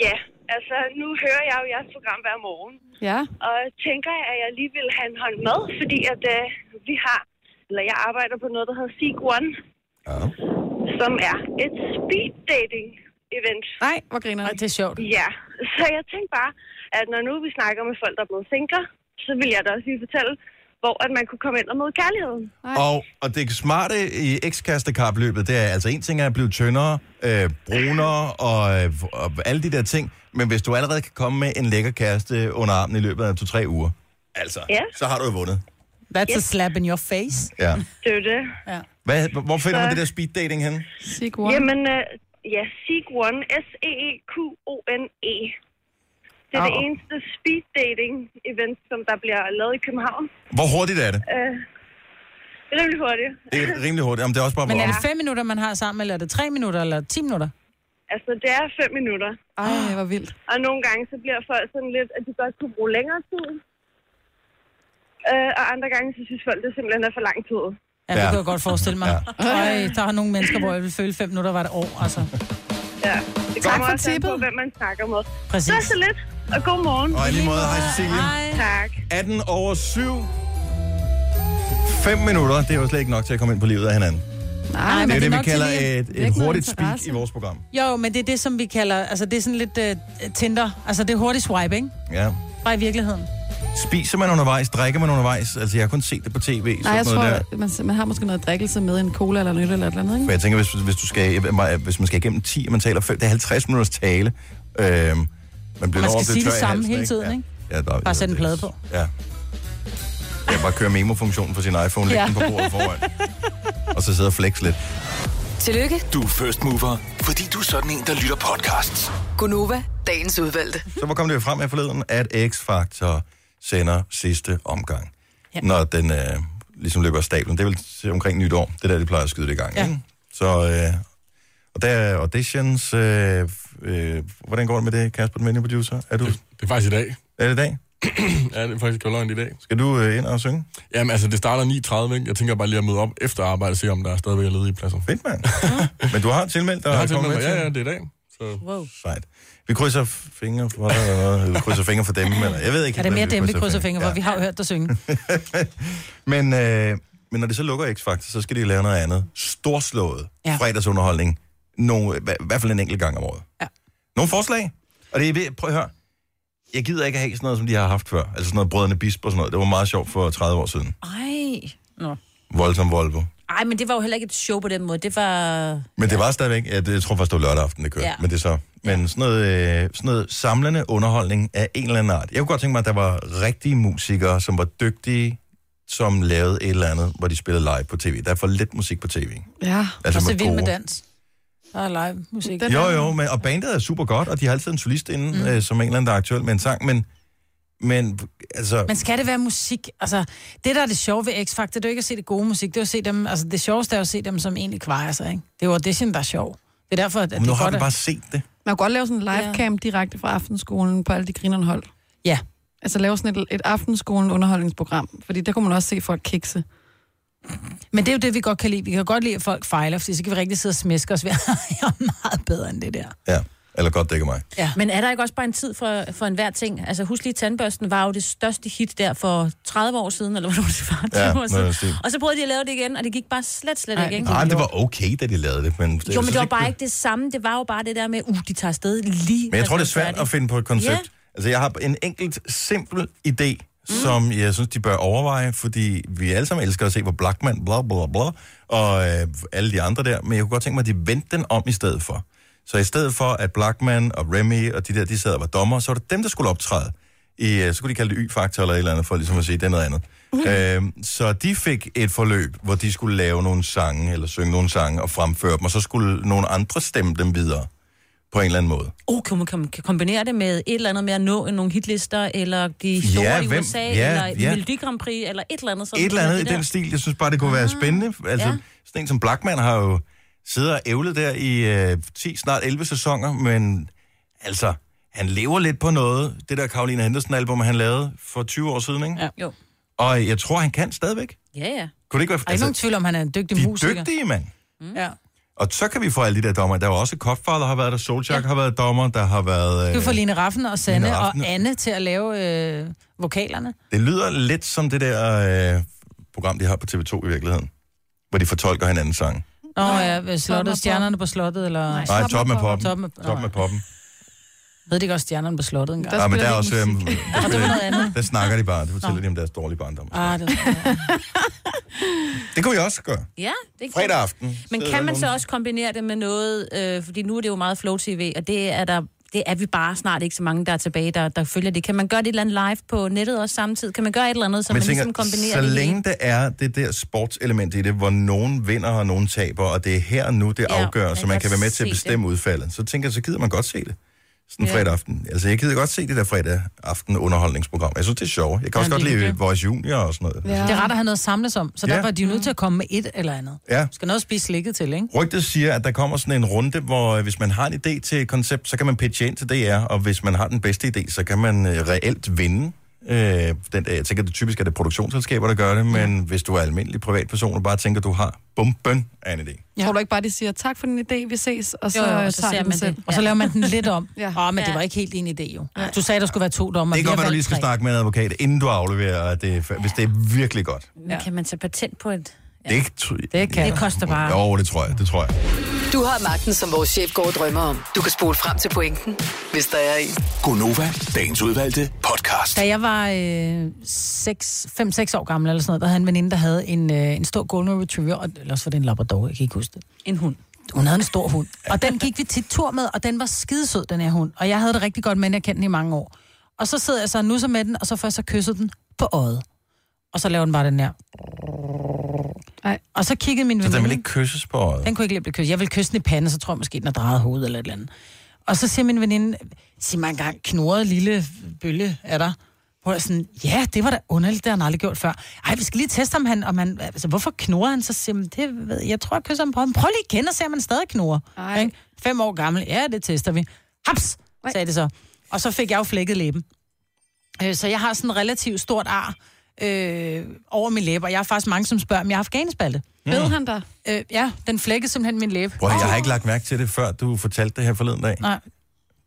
Ja, altså nu hører jeg jo jeres program hver morgen. Ja. Og tænker jeg, at jeg lige vil have en hånd med, fordi at øh, vi har, eller jeg arbejder på noget, der hedder Seek One. Som er et speed dating event. Nej, hvor griner det er sjovt. Ja, så jeg tænkte bare, at når nu vi snakker med folk, der er blevet singler, så vil jeg da også lige fortælle, hvor at man kunne komme ind og møde kærligheden. Og, og det smarte i ekskærestekapløbet, det er altså en ting er at blive tyndere, øh, brunere og, øh, og alle de der ting. Men hvis du allerede kan komme med en lækker kæreste under armen i løbet af to-tre uger, altså, Ja. så har du jo vundet. That's a slap in your face. Ja. Det er jo det. Ja. Hvad, hvor finder Så- man det der speed dating henne? Seek One. Jamen, øh, ja, Seek One. E S-E-E-Q-O-N-E. E. Det Ah, er oh. det Au. eneste speed dating event, som der bliver lavet i København. Hvor hurtigt er det? Øh, det er rimelig hurtigt. Det er rimelig hurtigt. Jamen, det er også bare, Men er hvor, det fem minutter, man har sammen, eller er det tre minutter, eller ti minutter? Altså, det er fem minutter. Ej, hvor vildt. Og nogle gange, så bliver folk sådan lidt, at de godt kunne bruge længere tid. Øh, og andre gange, så synes folk, det simpelthen er for lang tid. Ja, det kan jeg godt forestille mig. Ja. Øj, der er nogle mennesker, hvor jeg vil føle fem minutter var et år, altså. Ja, det Tak kommer for også an på, hvem man snakker med. Præcis. Så så lidt, og god morgen. Og i lige måde, hej Cecilie. Tak. 18 over 7. 5 minutter, det er jo slet ikke nok til at komme ind på livet af hinanden. Nej, men det er det er jo det, vi nok til kalder lige at et, et vække noget hurtigt speak interesse. i vores program. Jo, men det er det, som vi kalder, altså det er sådan lidt uh, Tinder. Altså det er hurtigt swipe, ikke? Ja. Bare i virkeligheden. Spiser man undervejs? Drikker man undervejs? Altså, jeg har kun set det på tv. Nej, sådan jeg noget der. tror, man, man har måske noget drikkelse med en cola eller en øl eller et eller andet, For ikke? jeg tænker, hvis, hvis, du skal, hvis man skal igennem 10, og man taler 5, det er 50 minutters tale. Øhm, man bliver Og man skal over at blive sige det tør i samme halsen, hele tiden, ikke? Ja, der, Bare sætte en plade på. Ja. Jeg bare kører memo-funktionen på sin iPhone, lægge Ja. den på bordet foran, og så sidder og flex lidt. Tillykke, Du er first mover, fordi du er sådan en, der lytter podcasts. Gunova, dagens udvalgte. Så hvor kom det jo frem her forleden, at X-Factor sender sidste omgang. Ja. Ja. Når den øh, ligesom løber af stablen. Det er vel til omkring nytår. Det er der, de plejer at skyde det i gang. Ja. Ja. Ikke? Så, øh, og der er auditions. Øh, øh, hvordan går det med det, Kasper, den venlige producer? Er du... det, det er faktisk i dag. Er det i dag? ja, det er faktisk ikke løgn i dag. Skal du øh, ind og synge? Jamen, altså, det starter 9.30, ikke? Jeg tænker bare lige at møde op efter arbejde og se, om der er stadigvæk er ledige pladser. Fedt, mand. Men du har tilmeldt dig? Jeg har og kommer tilmeldt mig. med til Ja, ja, det. det er i dag. Så. Wow. Sejt. Vi krydser fingre for dig, eller hvad? Vi krydser fingre for dem, eller jeg ved ikke. er det hvad mere dem, vi krydser fingre for? Vi har jo hørt dig synge. Men, øh, men når det så lukker X-Factor, så skal de lave noget andet. Storslået ja. fredagsunderholdning. Nogle, hva, I hvert fald en enkelt gang om året. Ja. Nogle forslag? Og det er, ved- prøv at høre. Jeg gider ikke have sådan noget, som de har haft før. Altså sådan noget Brødrene Bisp og sådan noget. Det var meget sjovt for 30 år siden. Ej. Nå. Voldsom Volvo. Ej, men det var jo heller ikke et show på den måde. Det var... Men det var stadigvæk, ja, det, jeg tror faktisk, det var lørdag aften, det kørte. Ja. Ja. Men det er så. Men sådan noget, øh, sådan noget samlende underholdning af en eller anden art. Jeg kunne godt tænke mig, at der var rigtige musikere, som var dygtige, som lavede et eller andet, hvor de spillede live på tv. Der er for lidt musik på tv. Ja, Altså og så med vild med kor. dans. Der er live musik. jo, jo, men, og bandet er super godt, og de har altid en solist inde, mm. øh, som er en eller anden, der er aktuel med en sang, men, men altså... Men skal det være musik? Altså, det der er det sjove ved X-Factor, det er jo ikke at se det gode musik, det er jo at se dem, altså det sjoveste er jo at se dem, som egentlig kvarer sig, ikke? Det er jo audition, der er sjov. Det er derfor, at Men det nu er har godt, vi at- bare set det. Man kan godt lave sådan en livecam ja. direkte fra aftenskolen på alle de grinerne hold. Ja. Altså lave sådan et, et aftenskolen underholdningsprogram, fordi der kunne man også se folk kikse. Men det er jo det, vi godt kan lide. Vi kan godt lide, at folk fejler, fordi så kan vi rigtig sidde og smiske os ved, at jeg er meget bedre end det der. Ja, eller godt dækker mig. Ja. Men er der ikke også bare en tid for, for enhver ting? Altså, husk lige, tandbørsten var jo det største hit der for 30 år siden, eller hvornår det var, 20 Ja, år noget i den stil. siden. Og så prøvede de at lave det igen, og det gik bare slet, slet ikke. ikke? Nej, det var okay, da de lavede det, men... Jo, men det var bare ikke det samme. Det var jo bare det der med, uh, de tager afsted lige... Men jeg tror, det er altså, svært færdig. at finde på et koncept. Ja. Altså, jeg har en enkelt, simpel idé, mm. som jeg synes, de bør overveje, fordi vi alle sammen elsker at se på Blackman, bla bla bla, og øh, alle de andre der, men jeg kunne godt tænke mig, at de vendte den om i stedet for. Så i stedet for, at Blackman og Remy og de der, de sad og var dommer, så var det dem, der skulle optræde. I, øh, så kunne de kalde det Y-faktor eller et eller andet, for ligesom at sige, det er noget andet. Mm. Øh, så de fik et forløb, hvor de skulle lave nogle sange, eller synge nogle sange og fremføre dem, og så skulle nogle andre stemme dem videre på en eller anden måde. Oh, kan man kan- kan kombinere det med et eller andet med at nå nogle hitlister, eller de store Ja, i hvem- USA, ja, eller ja. ja. Melodi Grand Prix, eller et eller andet. et eller andet i det den der. Ah, stil. Jeg synes bare, det kunne være spændende. Altså, ja. ja. sådan en som Blackman har jo siddet og ævlet der i øh, 10, snart 11 sæsoner, men altså, han lever lidt på noget. Det der Karoline Henderson-album, han lavede for 20 år siden, ikke? Ja. Jo. Og jeg tror, han kan stadigvæk. Ja, ja. Kunne det ikke være... altså, Der er ikke nogen tvivl om, han er en dygtig de musiker. er dygtige, mand. Mm. Ja. Og så kan vi få alle de der dommer. Der var også Kopfar, der har været der. Solchak ja. har været dommer. Der har været... øh, Du får Line Raffen og Sanne Line og Rafn. Anne til at lave øh, vokalerne. Det lyder lidt som det der øh, program, de har på TV2 i virkeligheden. Hvor de fortolker hinandens sange. Nå ja, ved Toppen af slottet, stjernerne på slottet, eller... Nej, toppen af poppen. Toppen af... Toppen af poppen. Ved det ikke også stjernerne på slottet engang? Der ja, men der er også... Øhm, der, Og det var noget andet. der snakker de bare. Det fortæller de om deres dårlige barndom. Ah, det var... Det kunne vi også gøre. Ja, det kan Fredag aften. Men sidder kan man nogen- så også kombinere det med noget, øh, fordi nu er det jo meget Flow TV, og det er der det er vi bare snart ikke så mange, der er tilbage, der, der følger det. Kan man gøre det et eller andet live på nettet også samtidig? Kan man gøre et eller andet, så Men man jeg ligesom kombinerer så det længe det er det der sportselement i det, hvor nogen vinder og nogen taber, og det er her og nu, det Ja, afgør, man så man kan kan være med til at se bestemme udfaldet, så tænker jeg, så gider man godt se det. Sådan Ja. ja. fredag aften. Altså, jeg gider godt se det der fredag aften underholdningsprogram. Jeg synes, det er sjovt. Jeg Ja, kan også godt det er lide hyggeligt. Voice Junior og sådan noget. Ja. Det er rart at have noget at samles om, så Ja. derfor er de jo nødt til at komme med et eller andet. Ja. Du skal noget at spise slikket til, ikke? Rygtet siger, at der kommer sådan en runde, hvor øh, hvis man har en idé til et koncept, så kan man pitche ind til DR, og hvis man har den bedste idé, så kan man øh, reelt vinde. Øh, den, øh, jeg tænker, det typisk er det produktionsselskaber, der gør det, men hvis du er almindelig privatperson og bare tænker, du har bumpen af en idé. Ja. Tror du ikke bare, de siger, tak for din idé, vi ses, og så, Jo, jo, øh, og så tager ser de den man selv. det. Og så laver man den lidt om. ja. Åh, Ah, men det var ikke helt din idé, jo. Du sagde, der skulle være to dommer. Det Vi kan godt har være, du valgt lige skal tre. snakke med en advokat, inden du afleverer, at det, er fa- hvis det er virkelig godt. i. Men Kan man tage patent på et... Ja. Det, tr- Det kan. Det koster bare. Jo, det tror jeg, det tror jeg. Du har magten, som vores chef går og drømmer om. Du kan spole frem til pointen, hvis der er en. Gonova, dagens udvalgte podcast. Da jeg var 5-6 øh, seks- fem, seks år gammel, eller sådan noget, der havde en veninde, der havde en, øh, en stor golden retriever, og, eller også var det en labrador, jeg kan ikke huske det. En hund. Hun havde en stor hund. Og den gik vi tit tur med, og den var skidesød, den her hund. Og jeg havde det rigtig godt med, den. jeg kendte den i mange år. Og så sidder jeg så og nusser med den, og så først så kyssede den på øjet. Og så laver den bare den her. Ej. Og så kiggede min Så veninde. den vil ikke kysses på øjet. Mm-hmm. Den kunne ikke lide at blive kysset. Jeg ville kysse den i panden, så tror jeg måske, den har drejet hovedet eller et eller andet. Og så siger min veninde, sig mig engang, knurret lille bølle er der. Hvor jeg sådan, ja, det var da underligt, det har han aldrig gjort før. Ej, vi skal lige teste, om han, om han altså, hvorfor knurrer han? Så siger man, det ved jeg, jeg tror, jeg kysser ham på ham. Prøv lige igen og se, om han stadig knurrer. Ikke? Fem år gammel, ja, det tester vi. Haps, sagde det så. Og så fik jeg jo flækket læben. Øh, så jeg har sådan en relativt stort ar øh, over min læbe, og jeg har faktisk mange, som spørger, om jeg har afghanisbalte. Mm. Bed han der? Øh, ja, den flækkede simpelthen min læbe. Prøv, at høre, jeg har ikke lagt mærke til det, før du fortalte det her forleden dag. Nej.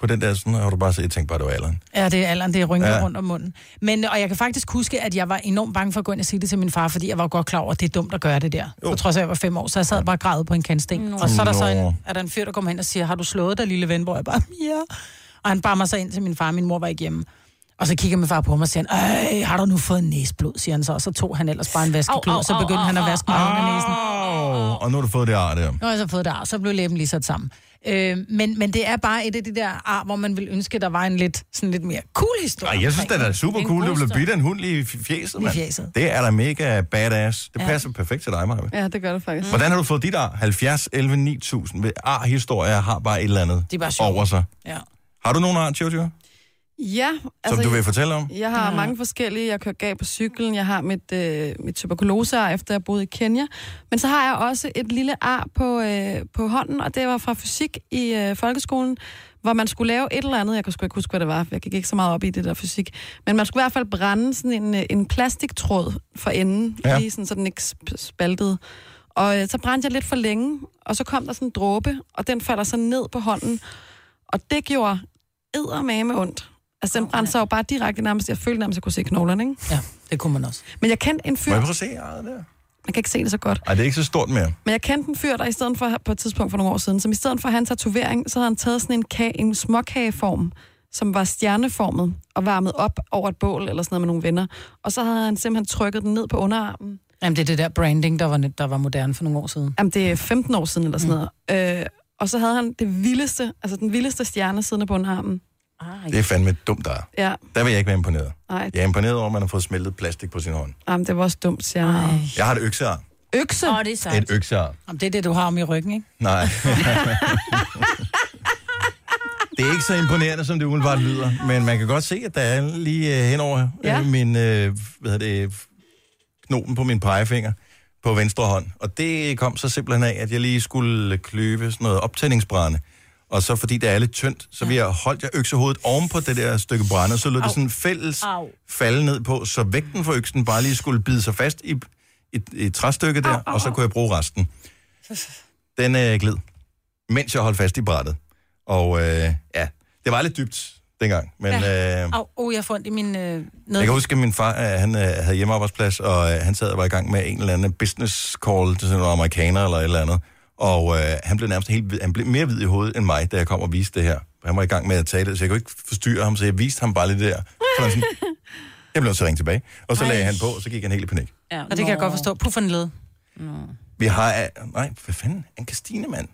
På den der sådan, har du bare set, jeg tænkte bare, det var alderen. Ja, det er alderen, det er rynker ja. Ja. rundt om munden. Men, og jeg kan faktisk huske, at jeg var enormt bange for at gå ind og sige det til min far, fordi jeg var godt klar over, at det er dumt at gøre det der. Jo. På trods af, at jeg var fem år, så jeg sad bare og græd på en kantsten. Nå. Og så er der så Nå. en, er der en fyr, der kommer hen og siger, har du slået dig, lille ven? Hvor jeg bare, ja. Og han bar mig så ind til min far, min mor var ikke hjemme. Og så kigger min far på mig og siger, han, "Øj, har du nu fået næsblod, siger han så. Og så tog han ellers bare en vaskeklud, Au, og så au, begyndte au, han at au, vaske mig under næsen. Åh, og nu har du fået det ar der. Nu har jeg så fået det ar, så blev læben lige sat sammen. Øh, men, men det er bare et af de der ar, hvor man ville ønske, der var en lidt, sådan lidt mere cool historie. Ej, jeg synes, det er super cool, du blev bidt af en hund lige i f- fjeset, Lige mand. i fjeset. Det er da mega badass. Det Ja. passer perfekt til dig, Maja. Ja, Mm. det gør det faktisk. Hvordan har du fået dit ar? 70, 11, 9000. Ved Ar-historier har bare et eller andet De er bare sjove. over sig. Ja. Har du nogen ar, Jojo? Som Ja, altså, du vil fortælle om? Jeg har ja. mange forskellige. Jeg kører gav på cyklen. Jeg har mit, øh, mit tuberkulose efter jeg boede i Kenya. Men så har jeg også et lille ar på, øh, på hånden, og det var fra fysik i øh, folkeskolen, hvor man skulle lave et eller andet. Jeg kan sgu ikke huske, hvad det var, for jeg gik ikke så meget op i det der fysik. Men man skulle i hvert fald brænde sådan en, øh, en plastiktråd for enden, ja. Ja. lige sådan, så den ikke sp- spaltede. Og øh, så brændte jeg lidt for længe, og så kom der sådan en dråbe, og den falder så ned på hånden. Og det gjorde eddermame ondt. Altså, den brændte sig jo bare direkte nærmest. Jeg følte nærmest, at jeg kunne se knoglerne, ikke? Ja, det kunne man også. Men jeg kendte en fyr... Må jeg prøve at se arret der? Man kan ikke se det så godt. Ej, det er ikke så stort mere. Men jeg kendte en fyr, der i stedet for, på et tidspunkt for nogle år siden, som i stedet for hans tatovering, så havde han taget sådan en, kage, en småkageform, som var stjerneformet, og varmet op over et bål eller sådan noget med nogle venner. Og så havde han simpelthen trykket den ned på underarmen. Jamen, det er det der branding, der var, net- der var moderne for nogle år siden. Mm. Jamen, det er 15 år siden eller sådan noget. Øh, og så havde han det vildeste, altså den vildeste stjerne siddende på underarmen. Det er fandme et dumt ar. Ja, Der vil jeg ikke være imponeret. nej. Jeg er imponeret over, at man har fået smeltet plastik på sin hånd. Jamen, det var også dumt stjerne. Jeg har et øksear. øh, Økse? Åh, det er Et øksear. Jamen, det er det, du har om i ryggen, ikke? Nej. det er ikke så imponerende, som det umiddelbart lyder, men man kan godt se, at der er lige øh, henover Ja. ja. øh, min, øh, hvad hedder det, knopen på min pegefinger på venstre hånd. Og det kom så simpelthen af, at jeg lige skulle kløbe sådan noget optændingsbrænde. Og så fordi det er lidt tyndt, så vi jeg holdt jeg øksehovedet oven på det der stykke brænde, og så lød det sådan fælles Au. falde ned på, så vægten for øksen bare lige skulle bide sig fast i et, et træstykke der, og så kunne jeg bruge resten den øh, gled, mens jeg holdt fast i brættet. Og øh, ja, det var lidt dybt dengang, men ja. øh, Au, oh, jeg får ondt i min øh, ned. jeg kan huske, at min far øh, han, øh, havde hjemmearbejdsplads, og øh, han sad og var i gang med en eller anden business call til sådan nogle amerikanere eller et eller andet. Og øh, han blev nærmest helt, hvid- han blev mere hvid i hovedet end mig, da jeg kom og viste det her. Han var i gang med at tale det, så jeg kunne ikke forstyrre ham, så jeg viste ham bare lidt der. Så var han sådan, jeg blev så ringe tilbage. Og så lagde han på, og så gik han helt i panik. Ja, og det kan jeg godt forstå. Puff en led. Vi har... øh, Nej, hvad fanden? En Christine, mand.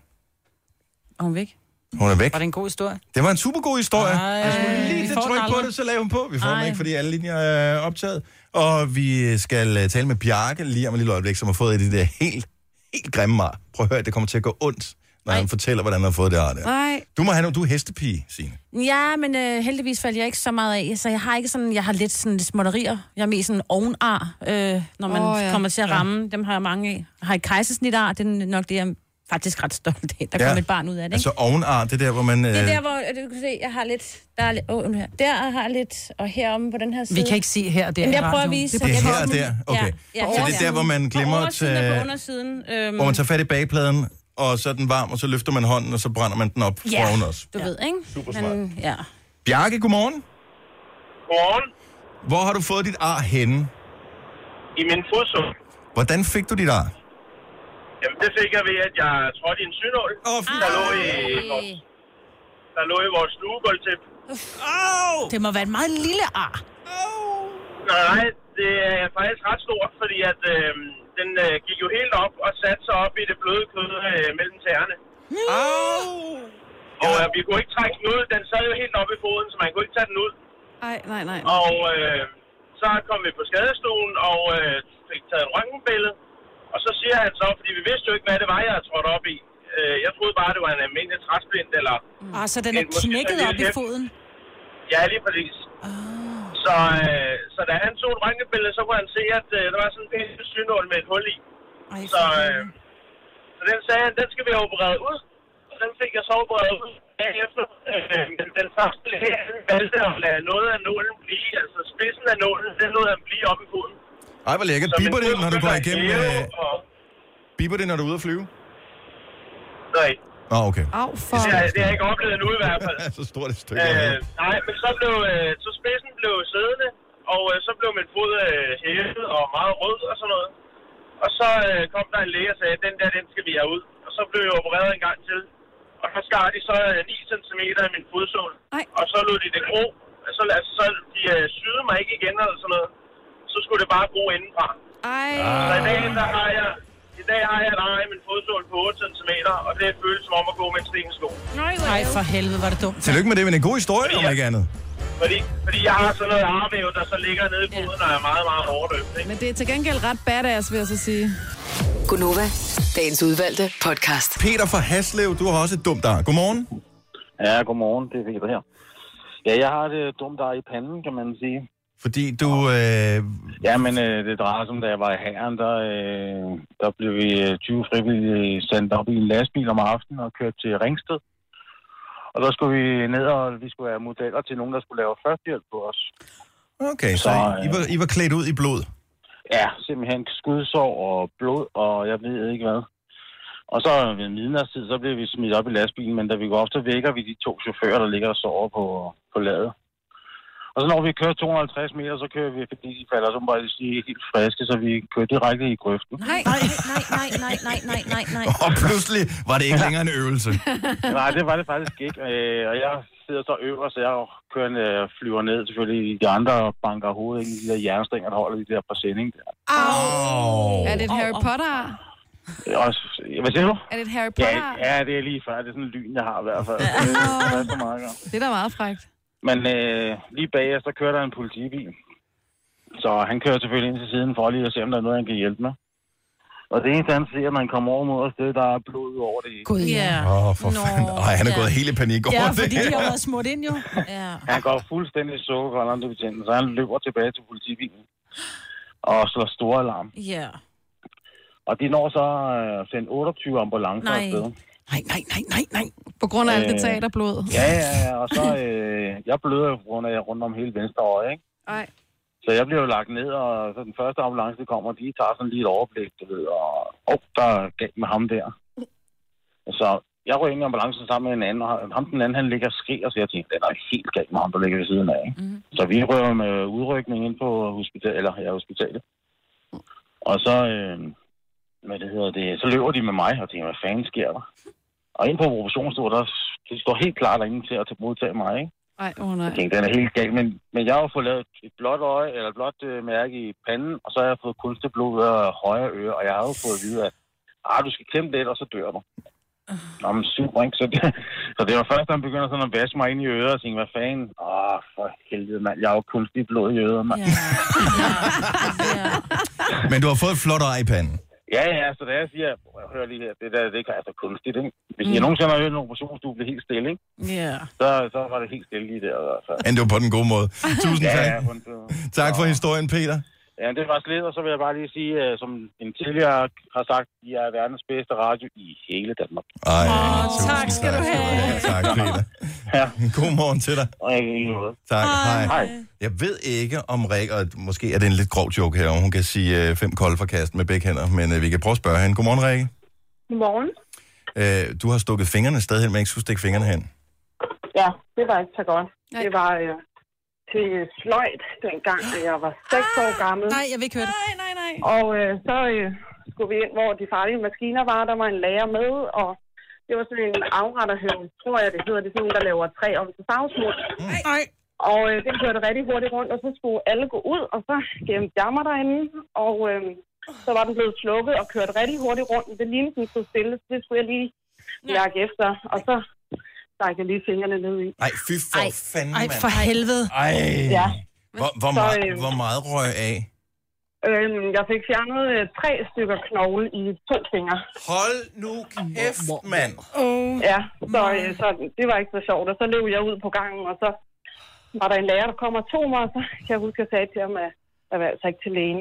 Og hun væk. Hun er væk. Var det en god historie? Det var en super god historie. Ej, jeg skulle vi lige lidt får den tryk på aldrig. det, så lagde hun på. Vi får Ej. Ej. den ikke, fordi alle linjer er optaget. Og vi skal øh, tale med Bjarke lige om et lille øjeblik, som har fået et af de der helt, helt grimme mar. Prøv at høre, det kommer til at gå ondt, når Ej. han fortæller, hvordan han har fået det her. Der. Nej. Du må have noget, du er hestepige, Signe. Ja, men øh, heldigvis faldt jeg ikke så meget af. Så jeg har ikke sådan, jeg har lidt sådan lidt småtterier. Jeg er mest sådan ovenar, øh, når man Åh, oh, ja. ja. kommer til at ramme. Ja. Dem har jeg mange af. Jeg har et kejsersnitar, det er nok det, jeg er faktisk ret stolt af. Der ja. kom et barn ud af det, ikke? Altså ovenar, det er der, hvor man... Det er der, hvor øh, du kan se, jeg har lidt... Der, er, lidt- åh, nu her. der har jeg lidt, og heromme på den her side. Vi kan ikke se her og der Men i jeg prøver at radioen. vise Det er jer. her og der? Okay. Så det er der, hvor man glemmer på at oversiden tage- og på undersiden. Øhm, hvor man tager fat i bagpladen, og så er den varm, og så løfter man hånden, og så brænder man den op ja, foran os. du ved, ikke? Super smart. Ja. Bjarke, godmorgen. Godmorgen. Hvor har du fået dit ar henne? I min fodsum. Hvordan fik du dit ar? Jamen, det fik jeg ved, at jeg trådte i en synål. Oh, der, lå i, vores- der lå i vores stuegulvtæp. Oh! Det må være et meget lille ar. Nej, det er faktisk ret stort, fordi at, øh, den øh, gik jo helt op og satte sig op i det bløde kød øh, mellem tæerne. Oh! Og øh, vi kunne ikke trække den ud. Den sad jo helt oppe i foden, så man kunne ikke tage den ud. Ej, nej, nej. Og øh, så kom vi på skadestuen og øh, fik taget et røntgenbillede. Og så siger han så, fordi vi vidste jo ikke, hvad det var, jeg havde trådt op i. Øh, jeg troede bare, det var en almindelig træsplint, eller... Ah, så den er en- måske knækket sådan en op i lille foden. hæb. Ja, lige præcis. Så, øh, så da han tog et røntgenbillede, så kunne han se, at øh, der var sådan en pæn synål med et hul i. så, øh, så den sagde han, den skal vi have opereret ud. Og den fik jeg så opereret ud bagefter. Øh, men den første læge han valgte at lade noget af nålen blive, altså spidsen af nålen, den lod han blive op i foden. Ej, hvor lækkert. Så Biber min det, fod når du går begynder at igennem... hæve, Øh, og- biber det, når du er ude at flyve? Nej. Nå, ah, okay. Au, Det, har jeg- det har jeg ikke oplevet endnu i hvert fald. Så stort et stykke. Øh, nej, men så blev øh, så spidsen blev siddende, og øh, så blev min fod øh, hævet og meget rød og sådan noget. Og så øh, kom der en læge og sagde, den der, den skal vi have ud. Og så blev jeg opereret en gang til. Og så skar de så øh, 9 cm i min fodsål. Og så lod de det gro. Og så, altså, så de øh, syede mig ikke igen eller sådan noget. Så skulle det bare gro indenfra. Ej. Så i dag, der har jeg, i dag har jeg et ar i min fodsål på 8 cm, og det føles som om at gå med en sten i skoen. Nej, for helvede, var det dumt. Tillykke med det, men en god historie, om ikke andet. Fordi, fordi jeg har sådan noget arvæv, der så ligger nede i foden og er meget, meget hårdøbt. Men det er til gengæld ret badass, vil jeg så sige. Gunova, dagens udvalgte podcast. Peter fra Haslev, du har også et dumt ar. Godmorgen. Ja, godmorgen. Det er Peter her. Ja, jeg har det dumt der i panden, kan man sige. Fordi du... Øh... Ja, men øh, det drejer sig om, da jeg var i herren, der, øh, der blev vi øh, 20 frivillige sendt op i en lastbil om aftenen og kørt til Ringsted. Og der skulle vi ned, og vi skulle have modeller til nogen, der skulle lave førstehjælp på os. Okay, så, Så, øh, I, I, var, I var klædt ud i blod. Ja, simpelthen skudsår og blod, og jeg ved ikke hvad. Og så ved midnatstid, så blev vi smidt op i lastbilen, men da vi går op, så vækker vi de to chauffører, der ligger og sover på, på ladet. Og så når vi kører 250 meter, så kører vi, fordi de falder som bare sige, helt friske, så vi kører direkte i grøften. Nej, nej, nej, nej, nej, nej, nej, nej, nej. Og pludselig var det ikke længere en øvelse. Nej, det var det faktisk ikke. Øh, og jeg sidder så øver, så jeg kører, en, øh, flyver ned selvfølgelig i de andre og banker hovedet ind i de der jernstænger, der holder de der på sending. Der. Oh. Er det et Harry Potter? ar? Øh, Og, hvad siger du? Er det et Harry Ja, Potter? ar? ja, det er lige før. Det er sådan en lyn, jeg har i hvert fald. Det er så meget godt. Det er da meget frækt. Men øh, lige bag os, der kører der en politibil. Så han kører selvfølgelig ind til siden for lige at se, om der er noget, han kan hjælpe med. Og det eneste, han ser, når han kommer over mod os, det er, der er blod ud over det. hele. Gud, ja. Åh, oh, for fanden. Ej, han er gået helt i panik over Ja, det fordi de her. har været smurt ind jo. Ja. Han går fuldstændig sukkerkold, under betjenten, så han løber tilbage til politibilen og slår stor alarm. Ja. Og de når så øh, at sende 28 ambulancer Nej. afsted. Nej, nej, nej, nej, nej. På grund af alt det Øh, teaterblod. Ja, ja, ja. Og så, øh, jeg bløder jo på grund af rundt om hele venstre øje, ikke? Nej. Så jeg bliver jo lagt ned, og så den første ambulance der kommer, de tager sådan lige et overblik, du ved, og oh, der er galt med ham der. Så jeg røg ind i ambulancen sammen med en anden, og ham den anden, han ligger og skriger, så jeg tænker, den er helt galt med ham, der ligger ved siden af. Mm. Så vi rører med udrykning ind på hospital, eller, ja, hospitalet. Og så, øh, hvad det hedder det, så løber de med mig, og tænker, hvad fanden sker der? Og ind på operationsstolen, der det står helt klart, at der er ingen til at modtage mig, ikke? Nej, åh oh, nej. Jeg tænkte, den er helt gal, men, men jeg har jo fået lavet et blåt øje, eller et blåt øh, mærke i panden, og så har jeg fået kunstigt blod ud af højre øre, og jeg har jo fået at vide, at ah, du skal klemme lidt, og så dør du. Nå, men super, ikke? Så det, så det var først, da han begynder sådan at vaske mig ind i øret og tænke, hvad fanden? Åh, for helvede, mand. Jeg har jo kunstigt blod i øret, mand. Ja. Men du har fået et flot ej i panden. Ja, ja, så da jeg siger, hør lige her, det der, det er altså kunstigt, ikke? Hvis mm. jeg nogensinde har hørt en operationsstue blive helt stille, ikke? Ja. Så, så var det helt stille lige der. Altså. Men det var på den gode måde. Tusind Ja, tak. ja, hun- Tak for historien, Peter. Ja, det var slet, og så vil jeg bare lige sige, øh, som en tidligere har sagt, I er verdens bedste radio i hele Danmark. Ej, oh, tak skal du have. Tak, Peter. Ja. God morgen til dig. Og ikke Tak, hej. Hej. hej. Jeg ved ikke om Rikke, og måske er det en lidt grov joke her, om hun kan sige øh, fem kolde for kasten med begge hænder, men øh, vi kan prøve at spørge hende. Godmorgen, Rikke. Godmorgen. Øh, du har stukket fingrene et sted hen, men jeg ikke skulle stikke fingrene hen. Ja, det var ikke så godt. Nej. Det var øh, til sløjt dengang, da jeg var 6 år gammel. Ah, Nej, jeg vil ikke høre det. Nej, nej, nej. Og øh, så øh, skulle vi ind, hvor de farlige maskiner var. Der var en lærer med, og det var sådan en afretterhøvn, tror jeg det hedder. Det er sådan en, der laver træ om til savsmuld. Nej. Og øh, den kørte rigtig hurtigt rundt, og så skulle alle gå ud, og så gemte jeg mig derinde. Og øh, så var den blevet slukket og kørte rigtig hurtigt rundt. men Det lignede, den stod stille, så det skulle jeg lige mærke efter. Og så stak jeg lige fingrene ned i. Ej, fy for Ej. fanden, Ej, Mm, mand. for helvede. Ej. Ja. Hvor, hvor, Så, meget, øh, hvor meget røg af? Øhm, jeg fik fjernet øh, tre stykker knogle i to fingre. Hold nu kæft, mand. Mm. Ja, så, øh, så det var ikke så sjovt. Og så løb jeg ud på gangen, og så var der en lærer, der kom og tog mig, og så kan jeg huske, at jeg sagde til ham, at jeg var altså ikke til lægen.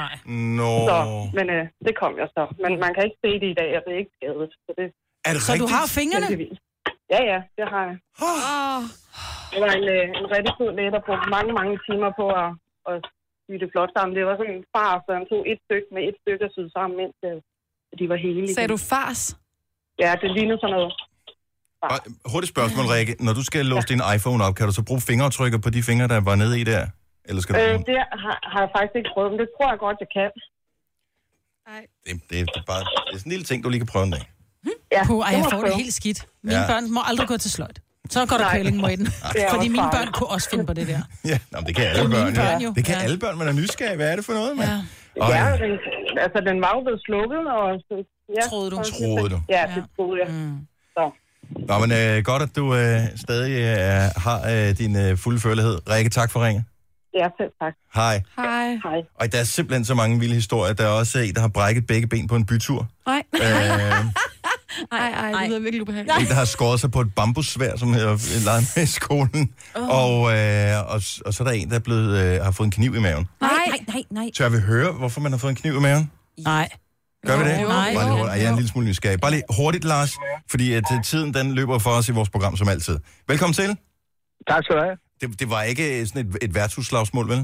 Nej. Nå. Så, men øh, det kom jeg så. Men man kan ikke se det i dag, og det er ikke skadet. Så, det, Er det Så du har fingrene? Heldigvis. Ja, ja, det har jeg. Oh. Det var en, øh, en rigtig sød læge, der brugte mange, mange timer på at, at sy det flot sammen. Det var sådan en fars, så han tog et stykke med et stykke og syede sammen, indtil de var hele. Sagde du fars? Ja, det lignede sådan noget. Og, hurtigt spørgsmål, Rikke. Når du skal låse din iPhone op, kan du så bruge fingeraftrykket på de fingre, der var nede i der? Eller skal du... Øh, det har, har jeg faktisk ikke prøvet, men det tror jeg godt, jeg kan. Det, det, er bare det er sådan en lille ting, du lige kan prøve en dag. Ja, Puh, ej, det jeg må får jeg det prøve. helt skidt. Mine Ja. børn må aldrig gå til sløjt. Så går der Nej. kvæling mod den. Det er Fordi også mine farligt. børn kunne også finde på det der. Ja, nå, men det kan Det er alle mine børn, børn jo. jo. Det kan Ja. alle børn, man er nysgerrig. Hvad er det for noget, mand? Ja. Og, øh, Ja, den, altså, den var jo blevet slukket, og... så- Ja, troede du? Troede du. Ja, det troede jeg. Mm. Så. Nå, men øh, godt, at du øh, stadig øh, har øh, din øh, fulde følelighed. Rikke, tak for ringet. Ja, selv tak. Hej. Hej. Hej. Og der er simpelthen så mange vilde historier. Der er også en, der har brækket begge ben på en bytur. Nej. Øh, Nej, nej, det lyder virkelig En, ubehageligt. der har skåret sig på et bambusvær, som hedder leget med i skolen. Oh. Åh. Og, øh, og, s- og så er der en, der er blevet, øh, har fået en kniv i maven. Nej, nej, nej, nej. Tør vi høre, hvorfor man har fået en kniv i maven? Nej. Gør vi det? Jo, jo, jo. Bare lige hurtigt. Ej, jeg er en lille smule nysgerrig. Bare lige hurtigt, Lars, fordi at øh, tiden den løber for os i vores program som altid. Velkommen til. Tak skal du have. Det, det var ikke øh, sådan et, et værtshusslagsmål, vel?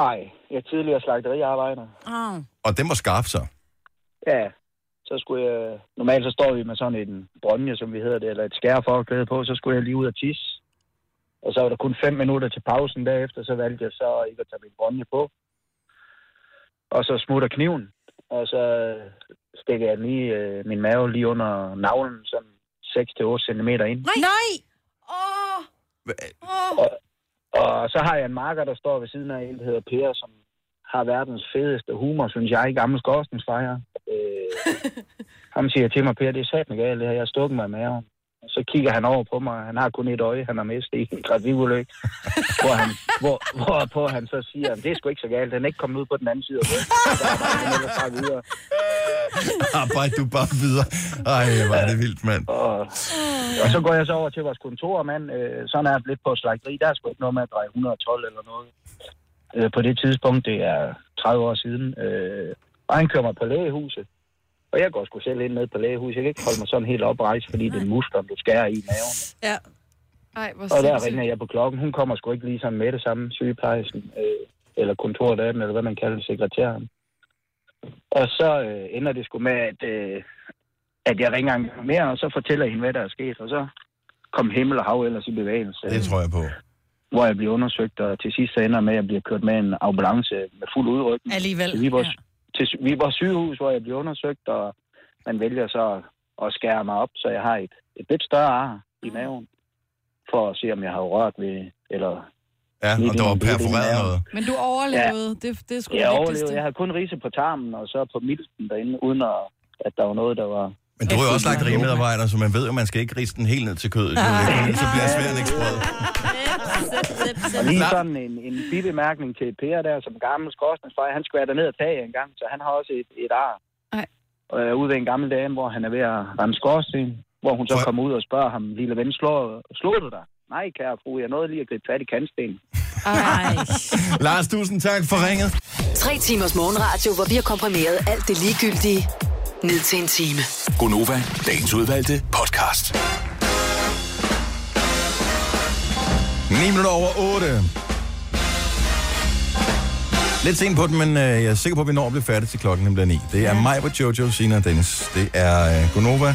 Nej, jeg er tidligere slagteriarbejder. Oh. Og den var skarp, så. Ja, så skulle jeg... Normalt så står vi med sådan en brønje, som vi hedder det, eller et skærforklæde på, så skulle jeg lige ud og tisse. Og så var der kun fem minutter til pausen derefter, så valgte jeg så ikke at tage min brønje på. Og så smutter kniven, og så stikker jeg lige øh, min mave lige under navlen, sådan 6-8 cm ind. Nej. Nej. Åh. Og, og så har jeg en marker, der står ved siden af en, der hedder Per, som har verdens fedeste humor, synes jeg, i gamle skorstensfejre. Øh, ham siger til mig, Per, det er satan galt, det her. jeg har stukket mig i maven. Og så kigger han over på mig, han har kun et øje, han har mistet i en trafikulykke. hvor, han, hvor, hvorpå han så siger, det er sgu ikke så galt, han er ikke kommet ud på den anden side af det. Så arbejder han ellers bare videre. Arbejde du bare videre. Ej, hvor er det vildt, mand. Og så går jeg så over til vores kontormand. Øh, sådan er jeg lidt på slagteri. Der er sgu ikke noget med at dreje 112 eller noget. Øh, på det tidspunkt, det er 30 år siden. Øh, og han kører mig på lægehuset. Og jeg går sgu selv ind ned på lægehuset. Jeg kan ikke holde mig sådan helt oprejst, fordi det er musklerne, du skærer i maven. Ja. Ej, hvor Og der sindssygt. ringer jeg på klokken. Hun kommer sgu ikke lige sådan med det samme, sygeplejersken, øh, eller kontoret af dem, eller hvad man kalder det, sekretæren. Og så øh, ender det sgu med, at, øh, at jeg ringer en gang mere, og så fortæller hende, hvad der er sket, og så kom himmel og hav ellers i bevægelse. Det tror jeg på. Hvor jeg bliver undersøgt, og til sidst så ender jeg med, at jeg bliver kørt med en ambulance med fuld udrykning Alligevel, til Viborg, ja. til sy- Viborg sygehus, hvor jeg blev undersøgt, og man vælger så at- at skære mig op, så jeg har et, et lidt større ar Mm. i maven, for at se, om jeg har rørt ved, eller... Ja, og der var perforeret noget. Men du overlevede. Ja. Det, det skulle Jeg overlevede. Jeg havde kun rise på tarmen, og så på milten derinde, uden at, at der var noget, der var... Men du er jo også lagt rimedarbejder, så man ved jo, man skal ikke riste den helt ned til kødet. jo. Det er kun- Så bliver sværen ikke sprød. Og lige sådan en, en bibemærkning til Per der, som gammel skorstensfejr, han skulle være dernede og tage en gang, så han har også et, et ar. Øh, ude ved en gammel dame, hvor han er ved at ramme skorsten, hvor hun så kommer ud og spørger ham, lille ven, slår, slår du dig? Nej, kære fru, jeg nåede lige at gribe fat i kantstenen. Lars, tusind tak for ringet. Tre timers morgenradio, hvor vi har komprimeret alt det ligegyldige ned til en time. Gonova, dagens udvalgte podcast. 9 minutter over 8. Lidt sent på den, men øh, jeg er sikker på, at vi når at blive færdige til klokken den bliver 9. Det er ja. mig på Jojo, Sina og Dennis. Det er øh, Gonova.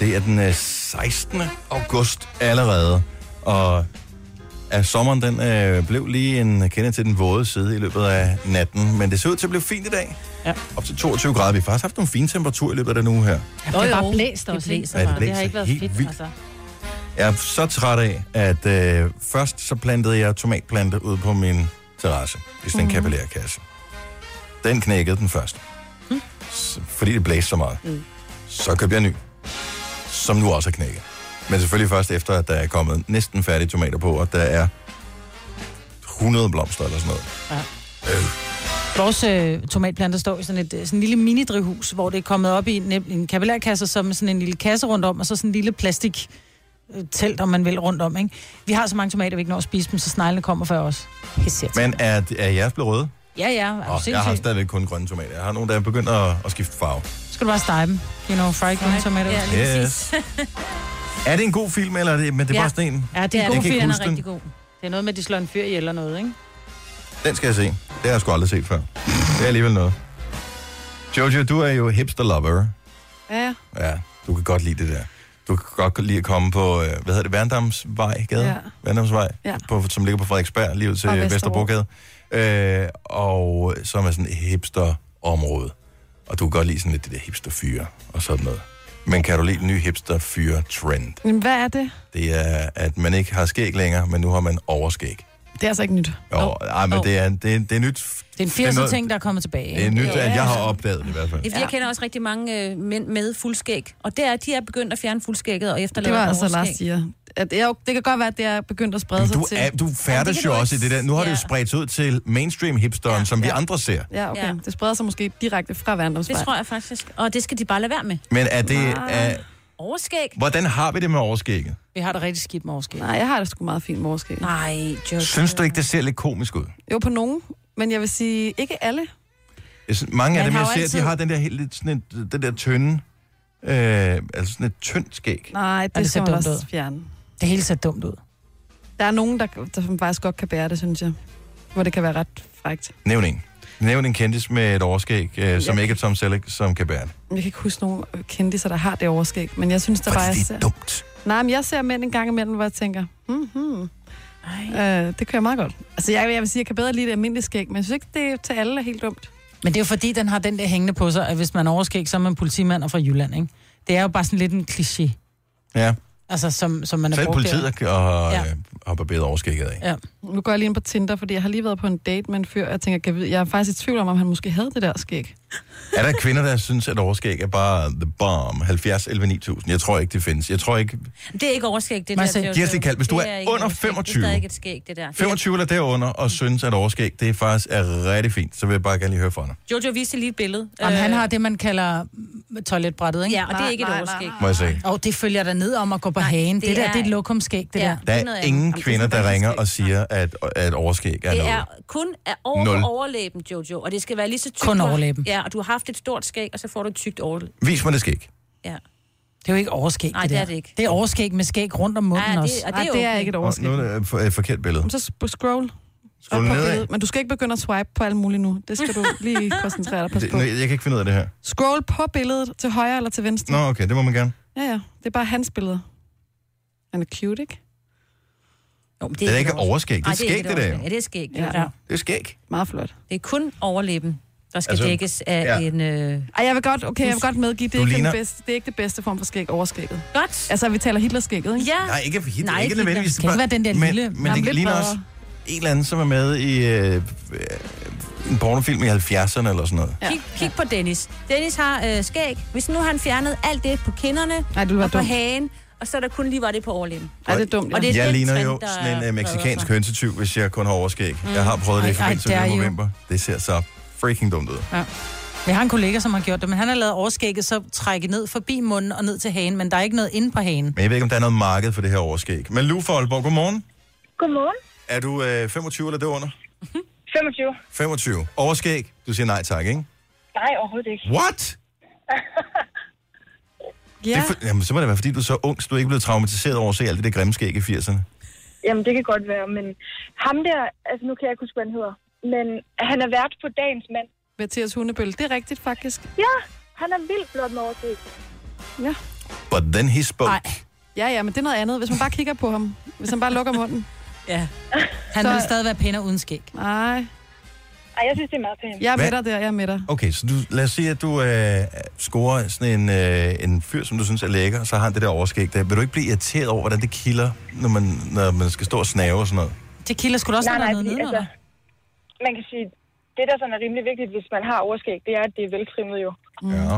Det er den øh, 16. august allerede. Og at sommeren den øh, blev lige en kende til den våde side i løbet af natten. Men det ser ud til at blive fint i dag. Ja. Op til 22 grader. Vi har faktisk haft nogle fine temperaturer i løbet af den uge her. Det er bare blæst også. Det, Ja, blæser, det, det det har blæser ikke været helt fedt. vildt. Altså. Jeg er så træt af, at øh, først så plantede jeg tomatplante ud på min terrasse, hvis den mm. Mhm. kapillærkasse. Den knækkede den først, Hm. S- fordi det blæste så meget. Mm. Så købte jeg en ny, som nu også er knækket. Men selvfølgelig først efter, at der er kommet næsten færdige tomater på, og der er 100 blomster eller sådan noget. Vores øh, tomatplanter står i sådan et øh, sådan en lille minidrivhus, hvor det er kommet op i en, en kapillærkasse, som sådan en lille kasse rundt om, og så sådan en lille plastik øh, telt, om man vil, rundt om. Ikke? Vi har så mange tomater, vi ikke når at spise dem, så sneglene kommer før os. Pisse. Men er, er jeres blevet røde? Ja, ja. Er du Åh, jeg har sindssyg? stadigvæk kun grønne tomater. Jeg har nogle, der er begyndt at, at skifte farve. Så skal du bare stege dem. You know, fried green tomatoes. Ja, lige Yes. Er det en god film, eller er det, men det er bare sådan en? Ja, det er en Jeg god kan ikke fyr, den er huske den. rigtig god. Det er noget med, at de slår en fyr ihjel eller noget, ikke? Den skal jeg se. Det har jeg sgu aldrig set før. Det er alligevel noget. Jojo, du er jo hipster lover. Ja, Ja, du kan godt lide det der. Du kan godt lide at komme på, øh, hvad hedder det, Værendamsvej gade? Ja. Værendamsvej, Ja. på, som ligger på Frederiksberg, lige ud til Og Vesterbrogade. Vesterbro. Øh, og som er sådan et hipster område. Og du kan godt lide sådan lidt det der hipster fyre og sådan noget. Men kan du lide den nye hipster fyre trend? men hvad er det? Det er, at man ikke har skæg længere, men nu har man overskæg. Det er altså ikke nyt. Jo, oh. ej, men det er, det, er, det er nyt. Det er en er 80'er noget- ting, der er kommet tilbage. Det er nyt, at jeg har opdaget det i hvert fald. Jeg ja. kender også rigtig mange øh, mænd med fuldskæg, og der de er begyndt at fjerne fuldskægget og Det efterlade var et altså overskæg. Lars siger. At, ja, jo, det kan godt være, at det er begyndt at sprede Men sig Du, altså til. er, du færdes jo også i det der. Nu har ja. det jo spredt sig ud til mainstream-hipsteren, ja. som vi andre ser. Ja, okay. Ja. Det spreder sig måske direkte fra Det Vandomsvej. tror jeg faktisk. Og det skal de bare lade være med. Men er det... Nej. Er, Overskæg. hvordan har vi det med overskægget? Vi har det rigtig skidt med overskæg. Nej, jeg har det sgu meget fint med overskæg. Nej, jo. Synes du ikke, det ser lidt komisk ud? Jo, på nogen. Men jeg vil sige, ikke alle. Jeg synes, mange af Man dem, har jeg jo ser, altid- de har den der, helt, lidt sådan et, den der tynde... Øh, altså sådan et tyndt skæg. Nej, det, det ser det skal man dumt også ud. fjerne. Det hele ser dumt ud. Der er nogen, der, der som faktisk godt kan bære det, synes jeg. Hvor det kan være ret frægt. Nævn en. Nævn en kendis med et overskæg, øh, som Ja. ikke er Tom Selleck, som kan bære det. Jeg kan ikke huske nogen kendte, der har det overskæg, men jeg synes, der Fordi bare... det er ser... dumt. Nej, men jeg ser mænd en gang imellem, hvor jeg tænker, mm-hmm. Øh, det kører meget godt. Altså, jeg, jeg vil sige, jeg kan bedre lide det almindelige skæg, men jeg synes ikke, det er til alle er helt dumt. Men det er jo fordi, den har den der hængende på sig, at hvis man overskæg, så er man politimand og fra Jylland, ikke? Det er jo bare sådan lidt en kliché, Ja. altså som, som man er Selv brugt politiet der. har, har, Ja. ja. har barberet overskægget af. Ja. Nu går jeg lige ind på Tinder, fordi jeg har lige været på en date med en fyr, og jeg tænker, jeg, jeg er faktisk i tvivl om, om han måske havde det der skæg. Er der kvinder, der synes, at overskæg er bare the bomb? 70, 11, 9000. Jeg tror ikke, det findes. Jeg tror ikke... Det er ikke overskæg, det Hvad der. sagde Jojo. du? Giv os lige kald. Hvis du Det er ikke under overskæg. 25. Det er stadig et skæg, det der. 25 eller derunder, og synes, at overskæg, det faktisk er rigtig fint. Så vil jeg bare gerne lige høre fra dig. Jojo viste lige et billede. Jamen, Øh, han har det, man kalder mm, toiletbrættet, ikke? Ja, og det er ikke et overskæg. Må jeg se. Åh, oh, det følger der ned om at gå på hagen. Det, det der, er- det er et lokumskæg, det Ja. der. Der er ingen kvinder, der ringer og siger, at, at overskæg er Det noget. er kun af over Nul. overlæben, Jojo, og det skal være lige så tykt. Kun du har- overlæben. Ja, og du har haft et stort skæg, og så får du et tykt overlæb. Vis mig det skæg. Ja. Det er jo ikke overskæg, Nej, det det der. er det ikke. Det er overskæg med skæg rundt om munden Ej, det- også. og Ah, det er Ej, okay. Åh, Nu er det et for- et forkert billede. Så sp- scroll. Scroll op på nedad. billedet. Men du skal ikke begynde at swipe på alt muligt nu. Det skal du lige koncentrere dig på. Det, nej, jeg kan ikke finde ud af det her. Scroll på billedet til højre eller til venstre. Nå, okay, det må man gerne. Ja, ja. Det er bare hans billeder. Han er cute, ikke? Jo, men Det er ikke overskæg. Det er Nej, skæg, ikke det et der overskæg. jo. Ja, det er skæg. Ja. Ja. Det er skæg. Meget flot. Det er kun overlæben. der skal Altså, altså, dækkes af ja. ja. en... Øh... Ej, jeg vil godt, okay, jeg vil godt medgive, det er, Du ikke den ligner- bedste, det er ikke det bedste form for skæg overskægget. Godt. Altså, vi taler Hitler-skægget, ikke? Ja. Nej, ikke for Hitler. Nej, Nej, ikke ikke nødvendigvis. Hitler. Kan ikke være den der men, lille. Men Jamen, det lidt ligner bredere. også en eller anden, som er med i øh, øh, en pornofilm i 70'erne eller sådan noget. Ja. Kig, kig på Dennis. Dennis har øh, skæg. Hvis nu han fjernet alt det på kinderne Ej, det og på dumt. hagen, og så der kun lige var det på overlæben. Ej, det er dumt, ja. Og det er jeg den ligner trend, jo der sådan en breder øh, meksikansk sig. hønsetyv, hvis jeg kun har overskæg. Mm. Jeg har prøvet det i Ej, ej, forbindelse der med er jo- november. Det ser så freaking dumt ud. Ja. Men jeg har en kollega, som har gjort det, men han har lavet overskægget så trækket ned forbi munden og ned til hagen, men der er ikke noget inde på hagen. Men jeg ved ikke, om der er noget marked for det her overskæg. Men Lou fra Aalborg, godmorgen. Godmorgen. Er du øh, 25 eller derunder? 25. 25. Overskæg? Du siger nej tak, ikke? Nej, overhovedet ikke. What? Det er for, jamen, så må det være, fordi du er så ung, så du er ikke blevet traumatiseret over at se alt det der grimme skæg i 80'erne. Jamen, det kan godt være, men ham der, altså nu kan jeg ikke huske, hvad han hedder, men han er vært på dagens mand. Mathias Hundebøl, det er rigtigt faktisk. Ja, han er vildt blot med overskæg. Ja. But then he spoke. Nej. Ja, ja, men det er noget andet. Hvis man bare kigger på ham. Hvis han bare lukker munden. ja. Han vil stadig være pæner uden skæg. Nej. Ej, jeg synes, det er meget pænt. Jeg er Hvad? med dig der, jeg er med dig. Okay, så du, lad os sige, at du øh, scorer sådan en, øh, en fyr, som du synes er lækker, og så har han det der overskæg der. Vil du ikke blive irriteret over, hvordan det kilder, når man, når man skal stå og snave og sådan noget? Det kilder sgu da også, Nej, når der nej, er noget fordi, nede, altså, altså... man kan sige, det der sådan er rimelig vigtigt, hvis man har overskæg, det er, at det er veltrimmet jo. Ja.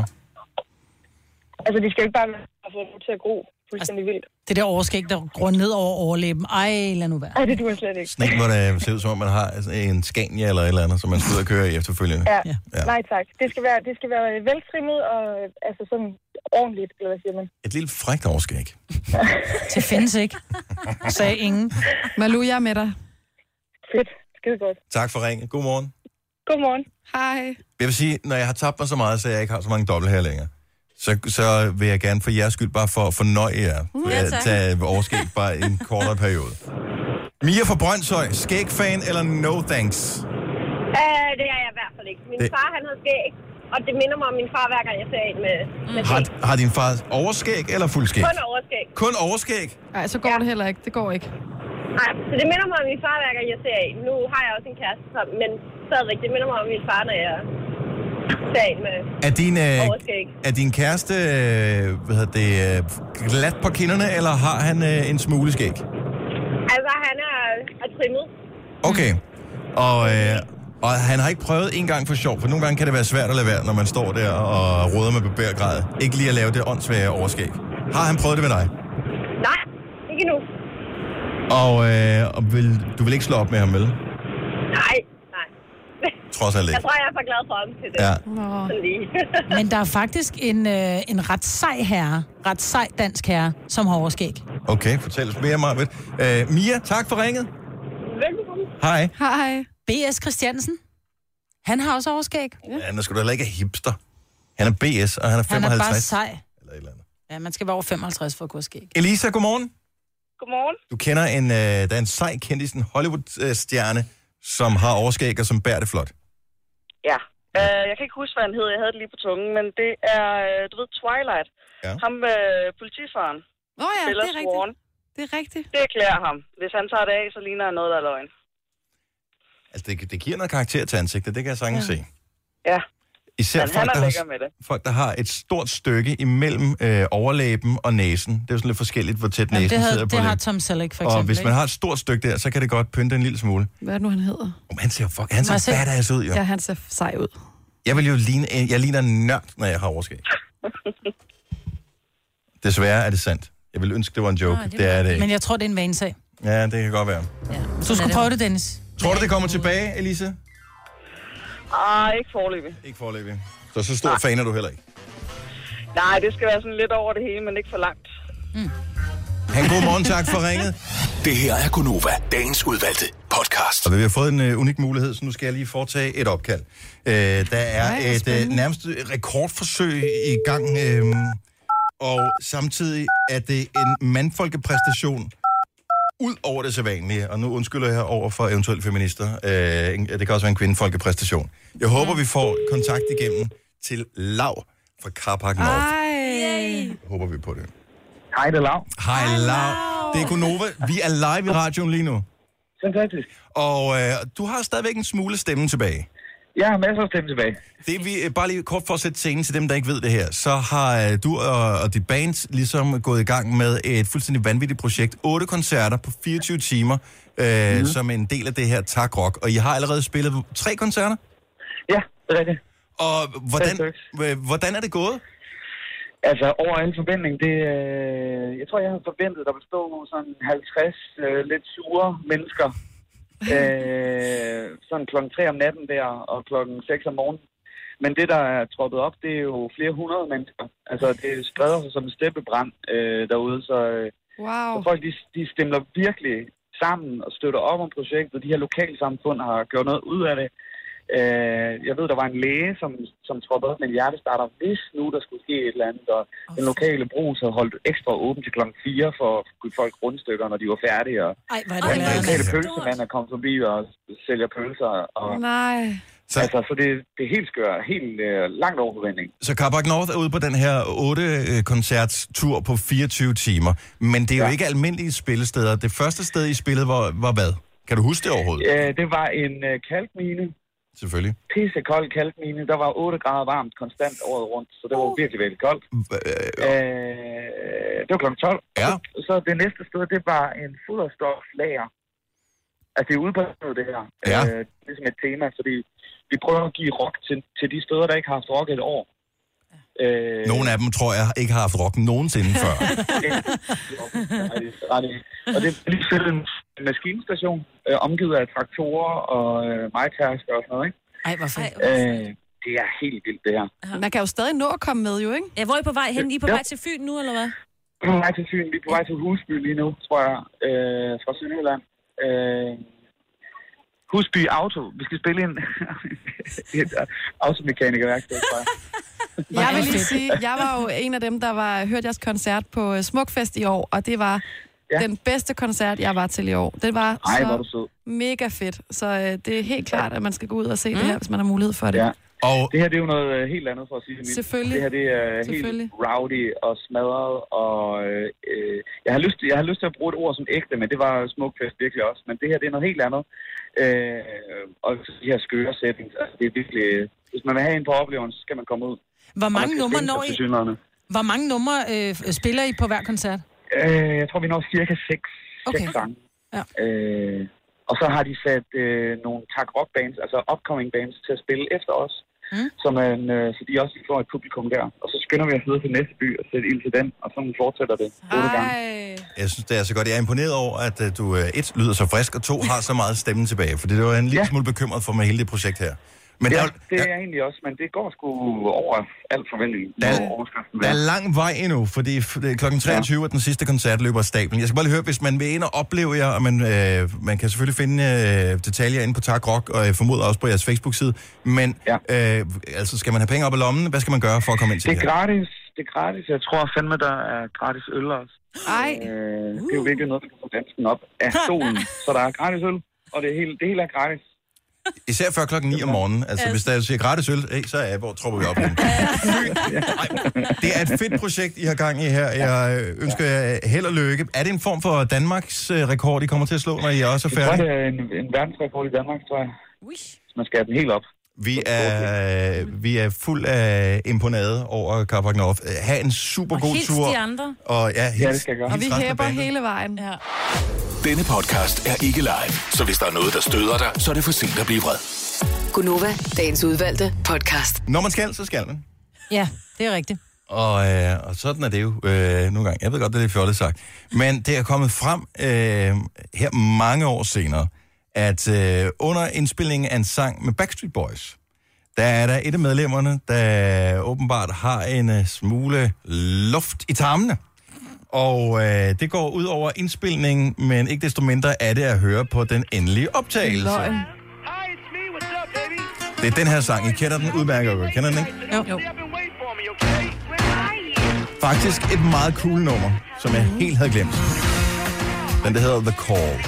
Altså, de skal jo ikke bare have fået lov til at gro fuldstændig vildt. Det der overskæg, der går ned over overlæben. Ej, lad nu være. Ej, det duer slet ikke. Sådan en, hvor det ser ud som om, man har sådan en Scania eller et eller andet, som man skal ud og køre i efterfølgende. Ja. Altså, ja. Nej tak. Det skal være, det skal være veltrimmet og øh, altså sådan ordentligt, eller hvad siger man? Et lille frækt overskæg. Det findes ikke, sagde ingen. Malu, jeg er med dig. Fedt. Skide godt. Tak for ringen. God morgen. Godmorgen. Hej. Jeg vil sige, når jeg har tabt mig så meget, så jeg ikke har så mange dobbelt her længere, så, så vil jeg gerne for jeres skyld bare for at fornøje jer. Mm, Ja, ja, tak. tage overskæg bare i en kortere periode. Mia fra Brøndshøj, skægfan eller no thanks? Uh, det er jeg i hvert fald ikke. Min Det- det... far, han havde skæg, og det minder mig om min far, hver gang jeg ser en med, med skæg. Har, har din far overskæg eller fuldskæg? Kun overskæg. Kun overskæg? Nej, så går ja. det heller ikke. Det går ikke. Nej, så det minder mig om min far, hver gang jeg ser en. Nu har jeg også en kæreste, som- men stadigvæk, det minder mig om min far, når jeg ser en med Er din, øh, overskæg. er din kæreste øh, hvad hedder det, øh, glat på kinderne, eller har han øh, en smule skæg? Altså, han er, er trimmet. Okay. Og, øh, og han har ikke prøvet en gang for sjov, for nogle gange kan det være svært at lade være, når man står der og råder med bebærgrad. Ikke lige at lave det åndssvage overskæg. Har han prøvet det med dig? Nej, ikke nu. Og, øh, og vil, du vil ikke slå op med ham, vel? Nej, nej. Trods alt ikke. Jeg tror, jeg er for glad for ham til det. Ja. Sådan lige. Men der er faktisk en, øh, en ret sej herre, ret sej dansk herre, som har overskæg. Okay, fortæl os mere, Marvitt. Øh, Mia, tak for ringet. Velkommen. Hej. Hej. B.S. Christiansen. Han har også overskæg. Ja. Han er sgu da heller ikke hipster. Han er BS, og han er Han er 55. bare sej. Eller et eller andet. Ja, man skal være over 55 for at kunne have skæg. Elisa, godmorgen. Godmorgen. Du kender en, øh, der er en sej kendis, en Hollywood-stjerne, som har overskæg og som bærer det flot. Ja. Uh, jeg kan ikke huske, hvad han hed. Jeg havde det lige på tungen. Men det er, øh, du ved, Twilight. Ja. Ham med øh, politifaren. Nå ja, spiller det er rigtigt. Swan. Det er rigtigt. Det klæder ham. Hvis han tager det af, så ligner han noget, der er løgn. Altså, det, det giver noget karakter til ansigtet, det kan jeg sagtens ja. se. Ja. Især Men han folk er der, har, lækker med det. folk, der har et stort stykke imellem øh, overlæben og næsen. Det er jo sådan lidt forskelligt, hvor tæt næsen Jamen, det, havde, sidder på det har læben. Tom Selleck for eksempel. Og hvis man ikke? har et stort stykke der, så kan det godt pynte en lille smule. Hvad er det nu, han hedder? Oh, han ser, fuck, han ser badass ud, jo. Ja, han ser sej ud. Jeg vil jo ligne, en- jeg ligner en nørd, når jeg har overskæg. Desværre er det sandt. Jeg vil ønske, det var en joke. det, det er det ikke. Men jeg tror, det er en vanesag. Ja, det kan godt være. Du skulle prøve det, Dennis. Tror du, det kommer tilbage, Elise? Ah, ikke forløbig. Ikke forløbig. Så så stor fan er du heller ikke. Nej, det skal være sådan lidt over det hele, men ikke for langt. Han, god morgen, tak for ringet. Det her er Gunova, dagens udvalgte podcast. Og vi har fået en øh, unik mulighed, så nu skal jeg lige foretage et opkald. Øh, der er Ej, hvor et øh, spændende. nærmest rekordforsøg i gang, øh, og samtidig er det en mandfolkepræstation ud over det sædvanlige. Og nu undskylder jeg over for eventuelle feminister. Øh, en- det kan også være en kvindefolkepræstation. Jeg håber, vi får kontakt igennem til Lav fra Carpark Nord. Ej. Håber vi på det. Hej, det er Lav. Hej, Lav. Det er Gunova. Vi er live i radioen lige nu. Fantastisk. Og øh, du har stadigvæk en smule stemme tilbage. Jeg har masser af stemme tilbage. Det vi, øh, bare lige kort for at sætte scenen til dem, der ikke ved det her. Så har øh, du og, og dit band ligesom gået i gang med et fuldstændig vanvittigt projekt. Otte koncerter på 24 timer, øh, Mhm. mm-hmm. som en del af det her Tak Rock. Og I har allerede spillet tre koncerter? Ja, det er rigtigt. Og hvordan, øh, hvordan er det gået? Altså, over en forventning, det... Øh, jeg tror, jeg havde forventet, der ville stå sådan 50 øh, lidt sure mennesker. øh, sådan klokken 3 om natten der, og klokken 6 om morgenen. Men det, der er troppet op, det er jo flere hundrede mennesker. Altså, det spreder sig som en steppebrand øh, derude, så, øh, Wow. så folk, de, de stemmer virkelig sammen og støtter op om projektet. De her lokalsamfund har gjort noget ud af det. Øh, jeg ved, der var en læge, som, som troppede op med en hjertestarter, hvis nu der skulle ske et eller andet. Og den lokale brus havde holdt ekstra åben til klokken 4 for at give folk rundstykker, når de var færdige. Og, Ej, hvor er og det den lokale pølsemand er kommet forbi og sælger pølser. Og, Nej. så... Altså, så det, det er helt skørt, helt øh, langt over forventning. Så Carbac North er ude på den her 8-koncertstur på 24 timer. Men det er jo ja. Ja. ikke almindelige spillesteder. Det første sted, I spillede, var, var hvad? Kan du huske det overhovedet? Øh, det var en øh, kalkmine, Selvfølgelig. pissekold kalkmine. Der var 8 grader varmt konstant året rundt, så det var virkelig, virkelig koldt. Øh, det var kl. 12. Ja. Så, så det næste sted, det var en foderstofslager. Altså, det er ude på landet, det her. Ja. Øh, ligesom et tema, fordi vi prøver at give rock til, til de steder, der ikke har haft rock i et år. Øh, Nogle af dem, tror jeg, ikke har haft rock nogensinde før. ret i. Og det er lige selv en maskinstation, øh, omgivet af traktorer og øh, majtasker og sådan noget, ikke? Ej, hvor fedt. Øh, det er helt vildt, det her. Man kan jo stadig nå at komme med, jo, ikke? Ja, hvor er I på vej hen? I er på Ja. vej til Fyn nu, eller hvad? Vi er på vej til Fyn. Vi er på vej til Husby lige nu, tror jeg, øh, fra Sønderjylland. Øh, Husby Auto. Vi skal spille ind et øh, automekanikerværksted, tror jeg. Jeg vil lige sige, jeg var jo en af dem, der var hørt jeres koncert på øh, Smukfest i år, og det var ja. den bedste koncert, jeg var til i år. Det var Ej, hvor er du så sød. mega fedt. Så øh, det er helt klart, at man skal gå ud og se mm. det her, hvis man har mulighed for det. Ja. Og... Det her det er jo noget øh, helt andet, for at sige det mildt. Selvfølgelig. Det her det er helt Selvfølgelig. rowdy og smadret. Og, øh, øh, jeg, har lyst, jeg har lyst til at bruge et ord som ægte, men det var Smukfest virkelig også. Men det her det er noget helt andet. Øh, og de her skøre settings, altså, det er virkelig... Hvis man vil have en på oplevelsen, så skal man komme ud. Hvor Og man mange skal numre finde når sig I, til synlighederne. hvor mange numre øh, f- spiller I på hver koncert? Øh, jeg tror, vi når cirka 6 okay. Okay. sange. Ja. Øh, og så har de sat øh, nogle tak rock bands, altså upcoming bands, til at spille efter os. Mm. Så, man, øh, så de også lige får et publikum der. Og så skynder vi os videre til næste by og sætte ild til den, og så fortsætter det. otte gange. Jeg synes, det er så godt. Jeg er imponeret over, at øh, du øh, et lyder så frisk, og to har så meget stemme tilbage. For det var jeg en lille smule bekymret for med hele det projekt her. Men ja, der, er jo- det er jeg egentlig også, men det går sgu over alt forventning. Der er- Over overskriften Der er lang vej endnu, fordi f- det er klokken 23 ja. den sidste koncert løber af stablen. Jeg skal bare lige høre, hvis man vil ind og opleve jer, og man, øh, man kan selvfølgelig finde øh, detaljer inde på Tak Rock, og jeg formoder også på jeres Facebook-side, men ja. øh, altså, skal man have penge op i lommen? Hvad skal man gøre for at komme ind til Det det er her? gratis. Det er gratis. Jeg tror fandme, der er gratis øl også. Ej. Øh, det er jo virkelig noget, der kan få dansken op af stolen. så der er gratis øl, og det hele, det hele er gratis. Især før klokken 9 om morgenen. Altså, hvis der siger gratis øl, hey, så er hvor tropper vi op. henne? Ej, det er et fedt projekt, I har gang i her. Jeg øh, ønsker jer held og lykke. Er det en form for Danmarks øh, rekord, I kommer til at slå, når I også er Jeg tror, færdige? det er en, en verdensrekord i Danmark, tror jeg. Hvis Man skal have den helt op. Vi er, vi er fuld af imponade over Carpac North. Øh, Ha' en super god hils tur. de andre. Og ja, hils, Ja, det skal jeg gøre. hils Og vi resten af hæpper bandet. hele vejen. Ja. Denne podcast er ikke live, så hvis der er noget, der støder dig, så er det for sent at blive vred. Gunova, dagens udvalgte podcast. Når man skal, så skal man. Ja, det er rigtigt. Og, øh, og sådan er det jo øh, nogle gange. Jeg ved godt, det er lidt fjollet sagt. Men det er kommet frem øh, her mange år senere, at øh, under indspillingen af en sang med Backstreet Boys, der er der et af medlemmerne, der åbenbart har en øh, smule luft i tarmene. Og øh, det går ud over indspilningen, men ikke desto mindre er det at høre på den endelige optagelse. Løgn. Det er den her sang. I kender den udmærket godt. Kender den ikke? Jo. jo. Faktisk et meget cool nummer, som jeg helt havde glemt. Den der hedder The Call.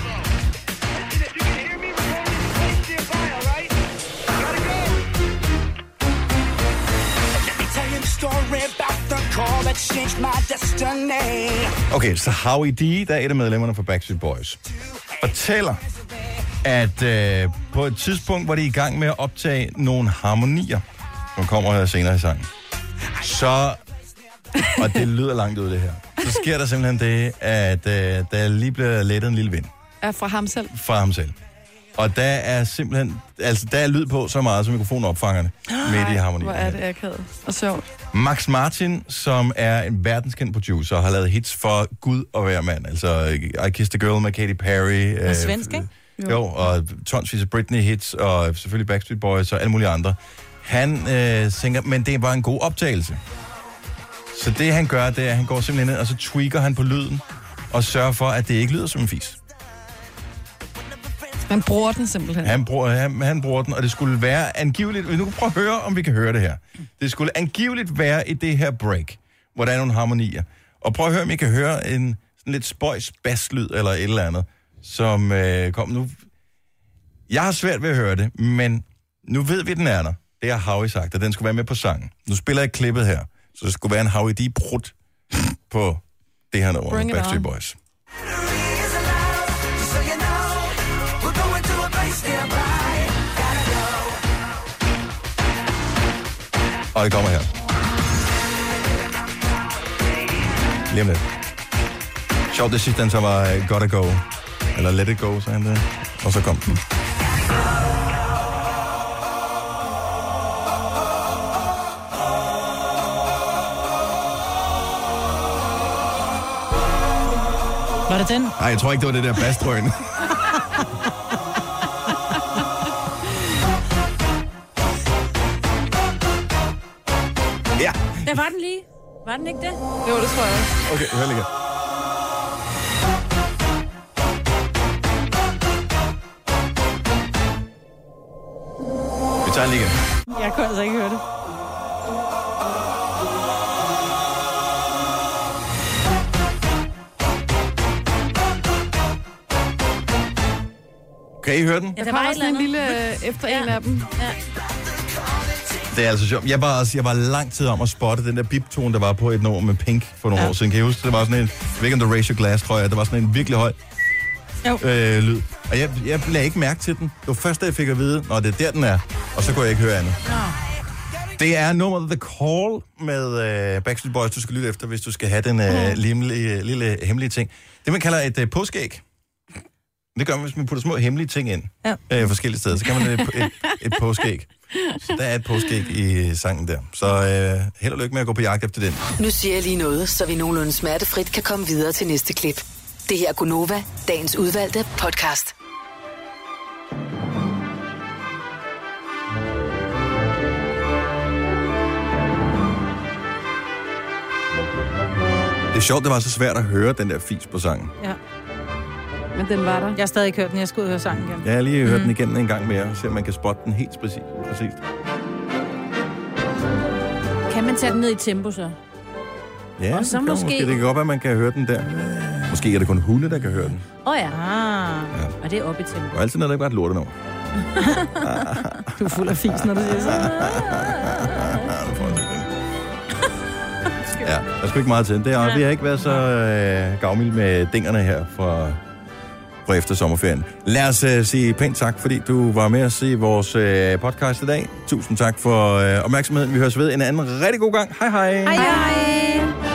Let me tell you the story about the call that changed my destiny. Okay, så Howie D, der er et af medlemmerne fra Backstreet Boys, fortæller at øh, på et tidspunkt var de i gang med at optage nogle harmonier, som kommer her senere i sangen. Så, og det lyder langt ud det her, så sker der simpelthen det, at øh, der lige bliver lettet en lille vind Er fra ham selv. fra ham selv. Og der er simpelthen, altså der er lyd på så meget, som mikrofonen opfanger det midt i harmonien. Hvor er det akavet og sjovt. Max Martin, som er en verdenskendt producer, har lavet hits for Gud og hver mand. Altså I Kissed a Girl med Katy Perry. øh, Og svensk, ikke? Jo. jo, og tonsvis af Britney hits, og selvfølgelig Backstreet Boys og alle mulige andre. Han øh, tænker, men det er bare en god optagelse. Så det han gør, det er, at han går simpelthen ind, og så tweaker han på lyden, og sørger for, at det ikke lyder som en fis. Man bruger den simpelthen. Han bruger, han, han bruger den, og det skulle være angiveligt... Nu kan prøve at høre, om vi kan høre det her. Det skulle angiveligt være i det her break, hvor der er nogle harmonier. Og prøv at høre, om I kan høre en sådan lidt spøjs basslyd eller et eller andet, som øh, kom nu. Jeg har svært ved at høre det, men nu ved vi, den er der. Det har Howie sagt, at den skulle være med på sangen. Nu spiller jeg klippet her, så det skulle være en Howie D. Brut på det her nummer Bring it med Backstreet on. Boys. Just so you know, we're going to a place nearby. Gotta go. Og det kommer her. Lige om lidt. Sjovt, det sidste, den så var øh, Gotta Go. Eller Let It Go, sagde han det. Og så kom den. Var det den? Nej, jeg tror ikke, det var det der bastrøn. ja. Der var den lige. Var den ikke det? Jo, det tror jeg. Okay, hør lige igen. Vi tager den lige igen. Jeg kunne altså ikke høre det. Kan I høre den? Ja, der var sådan en lille øh, efter en af dem. Ja. Det er altså sjovt. Jeg var, også, jeg var lang tid om at spotte den der biptone, der var på et nummer med Pink for nogle ja. år siden. Kan I huske, det var sådan en, jeg ved ikke om det var Raise Your Glass, tror jeg, det var sådan en virkelig høj øh, lyd. Og jeg, jeg lagde ikke mærke til den. Det var først, da jeg fik at vide, når det er der, den er, og så kunne jeg ikke høre andet. Det er nummeret The Call med øh, Backstreet Boys, du skal lytte efter, hvis du skal have den øh, lille, lille hemmelige ting. Det, man kalder et øh, påskæg. Det gør man, hvis man putter små hemmelige ting ind ja. øh, forskellige steder. Så kan man et, et, et påskæg. Så der er et påskæg i sangen der. Så øh, held og lykke med at gå på jagt efter den. Nu siger jeg lige noget, så vi nogenlunde smertefrit kan komme videre til næste klip. Det her er Gunova, dagens udvalgte podcast. Det er sjovt, det var så svært at høre den der fis på sangen. Ja. Men den var der. Jeg har stadig ikke hørt den. Jeg skal ud og høre sangen igen. Jeg har lige hørt mm. den igennem en gang mere, så man kan spotte den helt præcis. præcis. Kan man tage den ned i tempo så? Ja, Og så det kan man måske- Det kan godt være, man kan høre den der. Måske er det kun hunde, der kan høre den. Åh oh, ja. Ah. ja. Og det er op i tempo. Og altid når der ikke bare et lortet nummer. Du er fuld af fis, når du siger sådan. Ja, der er sgu ikke meget til. Det er, Vi har ikke været så øh, gavmilde med dingerne her fra, fra efter sommerferien. Lad os øh, sige pænt tak, fordi du var med os i vores øh, podcast i dag. Tusind tak for øh, opmærksomheden. Vi høres ved en anden rigtig god gang. Hej hej. Hej hej.